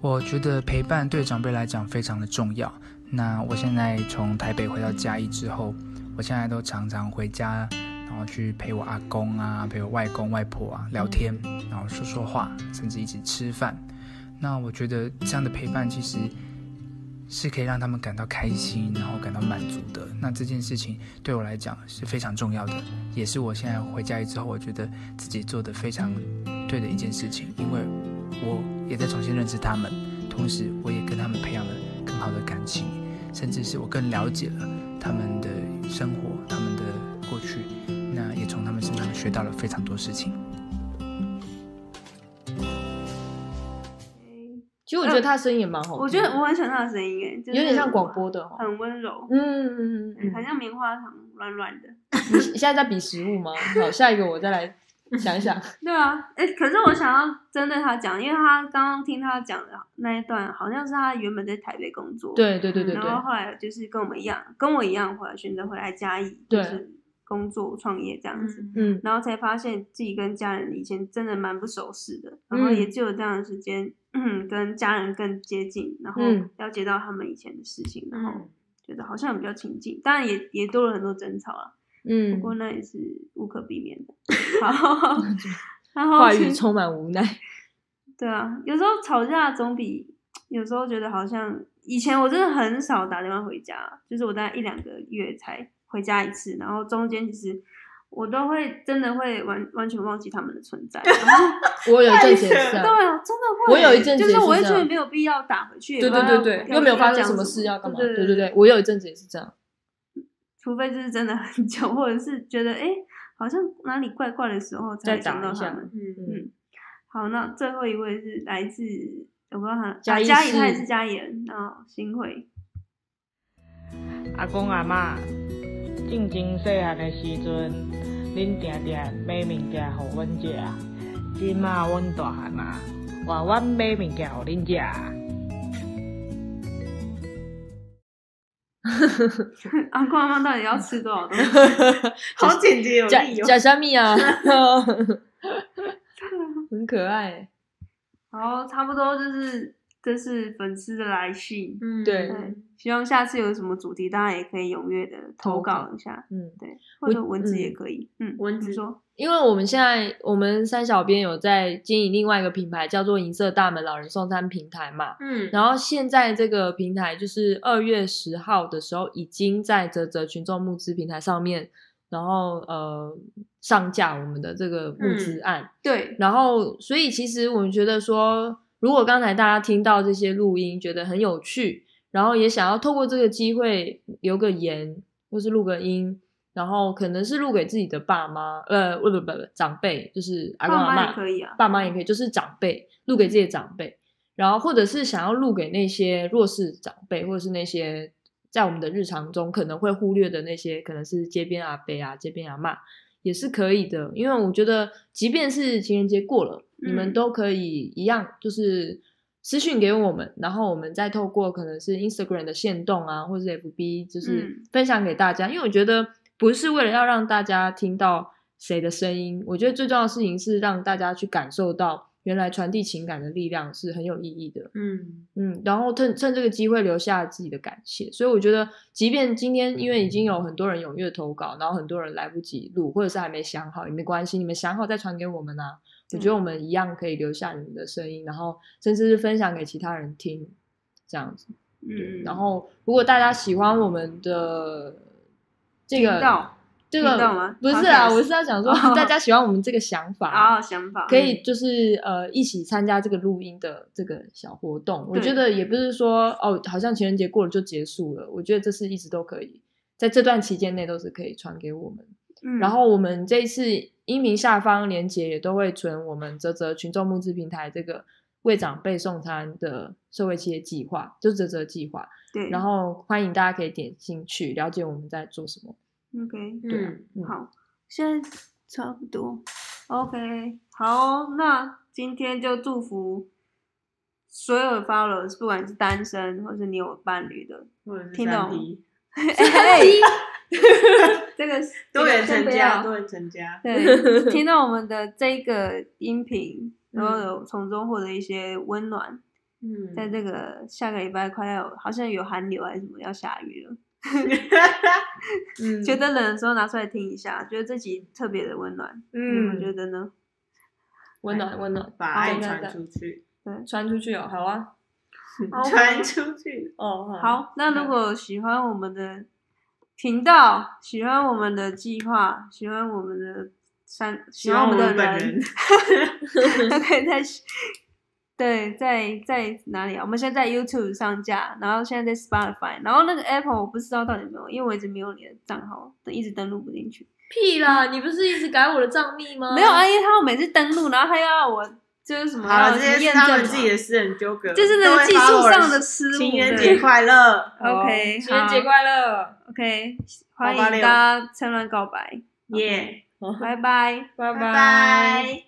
I: 我觉得陪伴对长辈来讲非常的重要。那我现在从台北回到嘉义之后，我现在都常常回家，然后去陪我阿公啊，陪我外公外婆啊聊天，然后说说话，甚至一起吃饭。那我觉得这样的陪伴其实是可以让他们感到开心，然后感到满足的。那这件事情对我来讲是非常重要的，也是我现在回家之后，我觉得自己做的非常对的一件事情，因为我也在重新认识他们，同时我也跟他们培养了更好的感情，甚至是我更了解了他们的生活、他们的过去，那也从他们身上学到了非常多事情。
A: 其实我觉得他的声音也蛮好听的，
B: 嗯我觉得我很喜欢他的声音，哎，就是
A: 哦有点像广播的哦。
B: 很温柔，
A: 嗯嗯嗯嗯嗯。
B: 很像棉花糖，软软的。
A: 你现在在比食物吗？好，下一个我再来想一 想。
B: 对啊，哎、可是我想要针对他讲，因为他刚刚听他讲的那一段，好像是他原本在台北工作，
A: 对对对对
B: 嗯然后
A: 对，
B: 后来就是跟我们一样，跟我一样，回来选择回来嘉义，
A: 对
B: 就是工作创业这样子，
C: 嗯
A: 嗯
B: 然后才发现自己跟家人以前真的蛮不熟识的，然后
A: 嗯
B: 也只有这样的时间，嗯，跟家人更接近，然后
A: 嗯
B: 了解到他们以前的事情，然后
C: 嗯
B: 觉得好像比较亲近，当然也也多了很多争吵啊，不
A: 嗯，
B: 过那也是无可避免的。 好，然后
A: 话
B: 去
A: 语充满无奈。
B: 对啊，有时候吵架总比有时候觉得好像以前我真的很少打电话回家，就是我大概一两个月才回家一次，然后中间其实我都会真的会完完全忘记他们的存在。然后
A: 我有一阵
C: 太
A: 子也是
C: 扯
A: 这
B: 对
A: 样，
B: 啊，真的会。
A: 我有一阵子
B: 就
A: 也是
B: 我会
A: 这
B: 觉得
A: 样
B: 没有必要打回去，也
A: 对
B: 不
A: 对
B: 知
A: 对
B: 道
A: 对，
B: 要
A: 又没有发生
B: 讲
A: 什么事要干嘛？
B: 对
A: 对
B: 对
A: 对，我有一阵子也是这样。
B: 除非就是真的很久，或者是觉得哎、诶好像哪里怪怪的时候才
A: 再
B: 想
A: 打
B: 到
A: 一
B: 他
A: 下
B: 们。
C: 嗯
B: 嗯，好，那最后一位是来自我不知道他
A: 嘉
B: 啊
A: 义
B: 嘉义，他也
A: 市
B: 是嘉义人，然后新会，
J: 阿公阿嬷，进前细汉的时阵，恁定定买物件互阮食，即马阮大汉啊，换阮买物件互恁食。
B: 阿公阿妈到底要吃多少东西？
C: 好简洁有
A: 嗯假
C: 力哦。
A: 假虾米啊， 很可爱。
B: 然后差不多就是这是粉丝的来信，
C: 嗯，
A: 对
B: 对，希望下次有什么主题，大家也可以踊跃的投
A: 投稿
B: 稿一下，
A: 嗯，
B: 对，
A: 我
B: 或者文字也
A: 嗯
B: 可以，嗯，
C: 文
B: 你
C: 字
B: 说，
A: 因为我们现在我们三小编有在经营另外一个品牌，叫做银色大门老人送餐平台嘛。
C: 嗯，
A: 然后现在这个平台就是二月十号的时候已经在泽泽群众募资平台上面，然后呃上架我们的这个募资案。
B: 对，
A: 然后，所以其实我们觉得说，如果刚才大家听到这些录音，觉得很有趣，然后也想要透过这个机会留个言，或是录个音，然后可能是录给自己的爸妈，呃，不不不不，长辈，就是阿公
B: 爸
A: 阿
B: 妈也
A: 妈，
B: 可以啊，
A: 爸妈也可以，就是长辈录给自己的长辈，然后或者是想要录给那些弱势长辈，或者是那些在我们的日常中可能会忽略的那些，可能是街边阿伯啊、街边阿嬷，也是可以的。因为我觉得，即便是情人节过了，
B: 嗯
A: 你们都可以一样，就是私讯给我们，然后我们再透过可能是 Instagram 的线动啊，或者是 FB，就是
B: 嗯
A: 分享给大家。因为我觉得不是为了要让大家听到谁的声音，我觉得最重要的事情是让大家去感受到，原来传递情感的力量是很有意义的。
C: 嗯
A: 嗯，然后趁趁这个机会留下自己的感谢，所以我觉得，即便今天因为已经有很多人踊跃投稿，然后很多人来不及录，或者是还没想好，也没关系，你们想好再传给我们啊。我觉得我们一样可以留下你们的声音，然后甚至是分享给其他人听，这样子。
B: 嗯，
A: 然后，如果大家喜欢我们的这个
B: 频道
A: 这个
B: 频道吗
A: 不是啊，
B: Podcast
A: 我是要讲说，
B: 哦
A: 大家喜欢我们这个想法，
B: 啊，想法
A: 可以就是呃一起参加这个录音的这个小活动。我
B: 对
A: 觉得也不是说哦，好像情人节过了就结束了，我觉得这是一直都可以，在这段期间内都是可以传给我们。
B: 嗯
A: 然后我们这一次音频下方链接也都会存我们泽泽群众募资平台这个为长辈送餐的社会企业计划，就是泽泽计划。
B: 嗯对，
A: 然后欢迎大家可以点进去了解我们在做什么。
B: OK，
A: 对啊
C: 嗯，
A: 嗯
B: 好，现在差不多，OK，好，哦那今天就祝福所有的 followers，不管是单身或是你有伴侣的，
C: 或者是
B: 听
C: 三
B: 懂
C: D
B: 哎这个是
C: 多元
B: 这个先
C: 成
B: 不
C: 家，
B: 要
C: 多元成家，
B: 对，听到我们的这个音频，然后有从中获得一些温暖。
C: 嗯，
B: 在这个下个礼拜快要好像有寒流还是什么要下雨了，
A: 嗯
B: 觉得冷的时候拿出来听一下，觉得这集特别的温暖，你们觉得呢？
A: 温暖温暖，
B: 哦
C: 把
A: 好
C: 爱
A: 那
C: 传
A: 那
C: 出去，
A: 传出去哦，好啊，
B: OK
C: 传出去，
A: 哦，
B: 好，那如果喜欢我们的频道，喜欢我们的计划，喜欢我们的三，喜欢
C: 我
B: 们的
C: 们本人，
B: 都可以在对，在在哪里啊？我们现在在 YouTube 上架，然后现在在 Spotify，然后那个 Apple 我不知道到底有没有，因为我一直没有你的账号，一直登录不进去。
A: 屁啦！你不是一直改我的账密吗？
B: 没有，阿啊姨，他每次登录，然后他又要我就是什么，
C: 好
B: 要
C: 了，这些
B: 验
C: 是他
B: 证
C: 们
B: 嘛
C: 自己的私人纠葛，
B: 就是那个技术上的失误。
C: 情人
B: 对
C: 节快乐，哦
B: OK，
A: 情人节快乐，
B: OK，欢迎
C: 886
B: 大家趁乱告白，
C: 耶，
B: 拜拜。
A: 拜
C: 拜。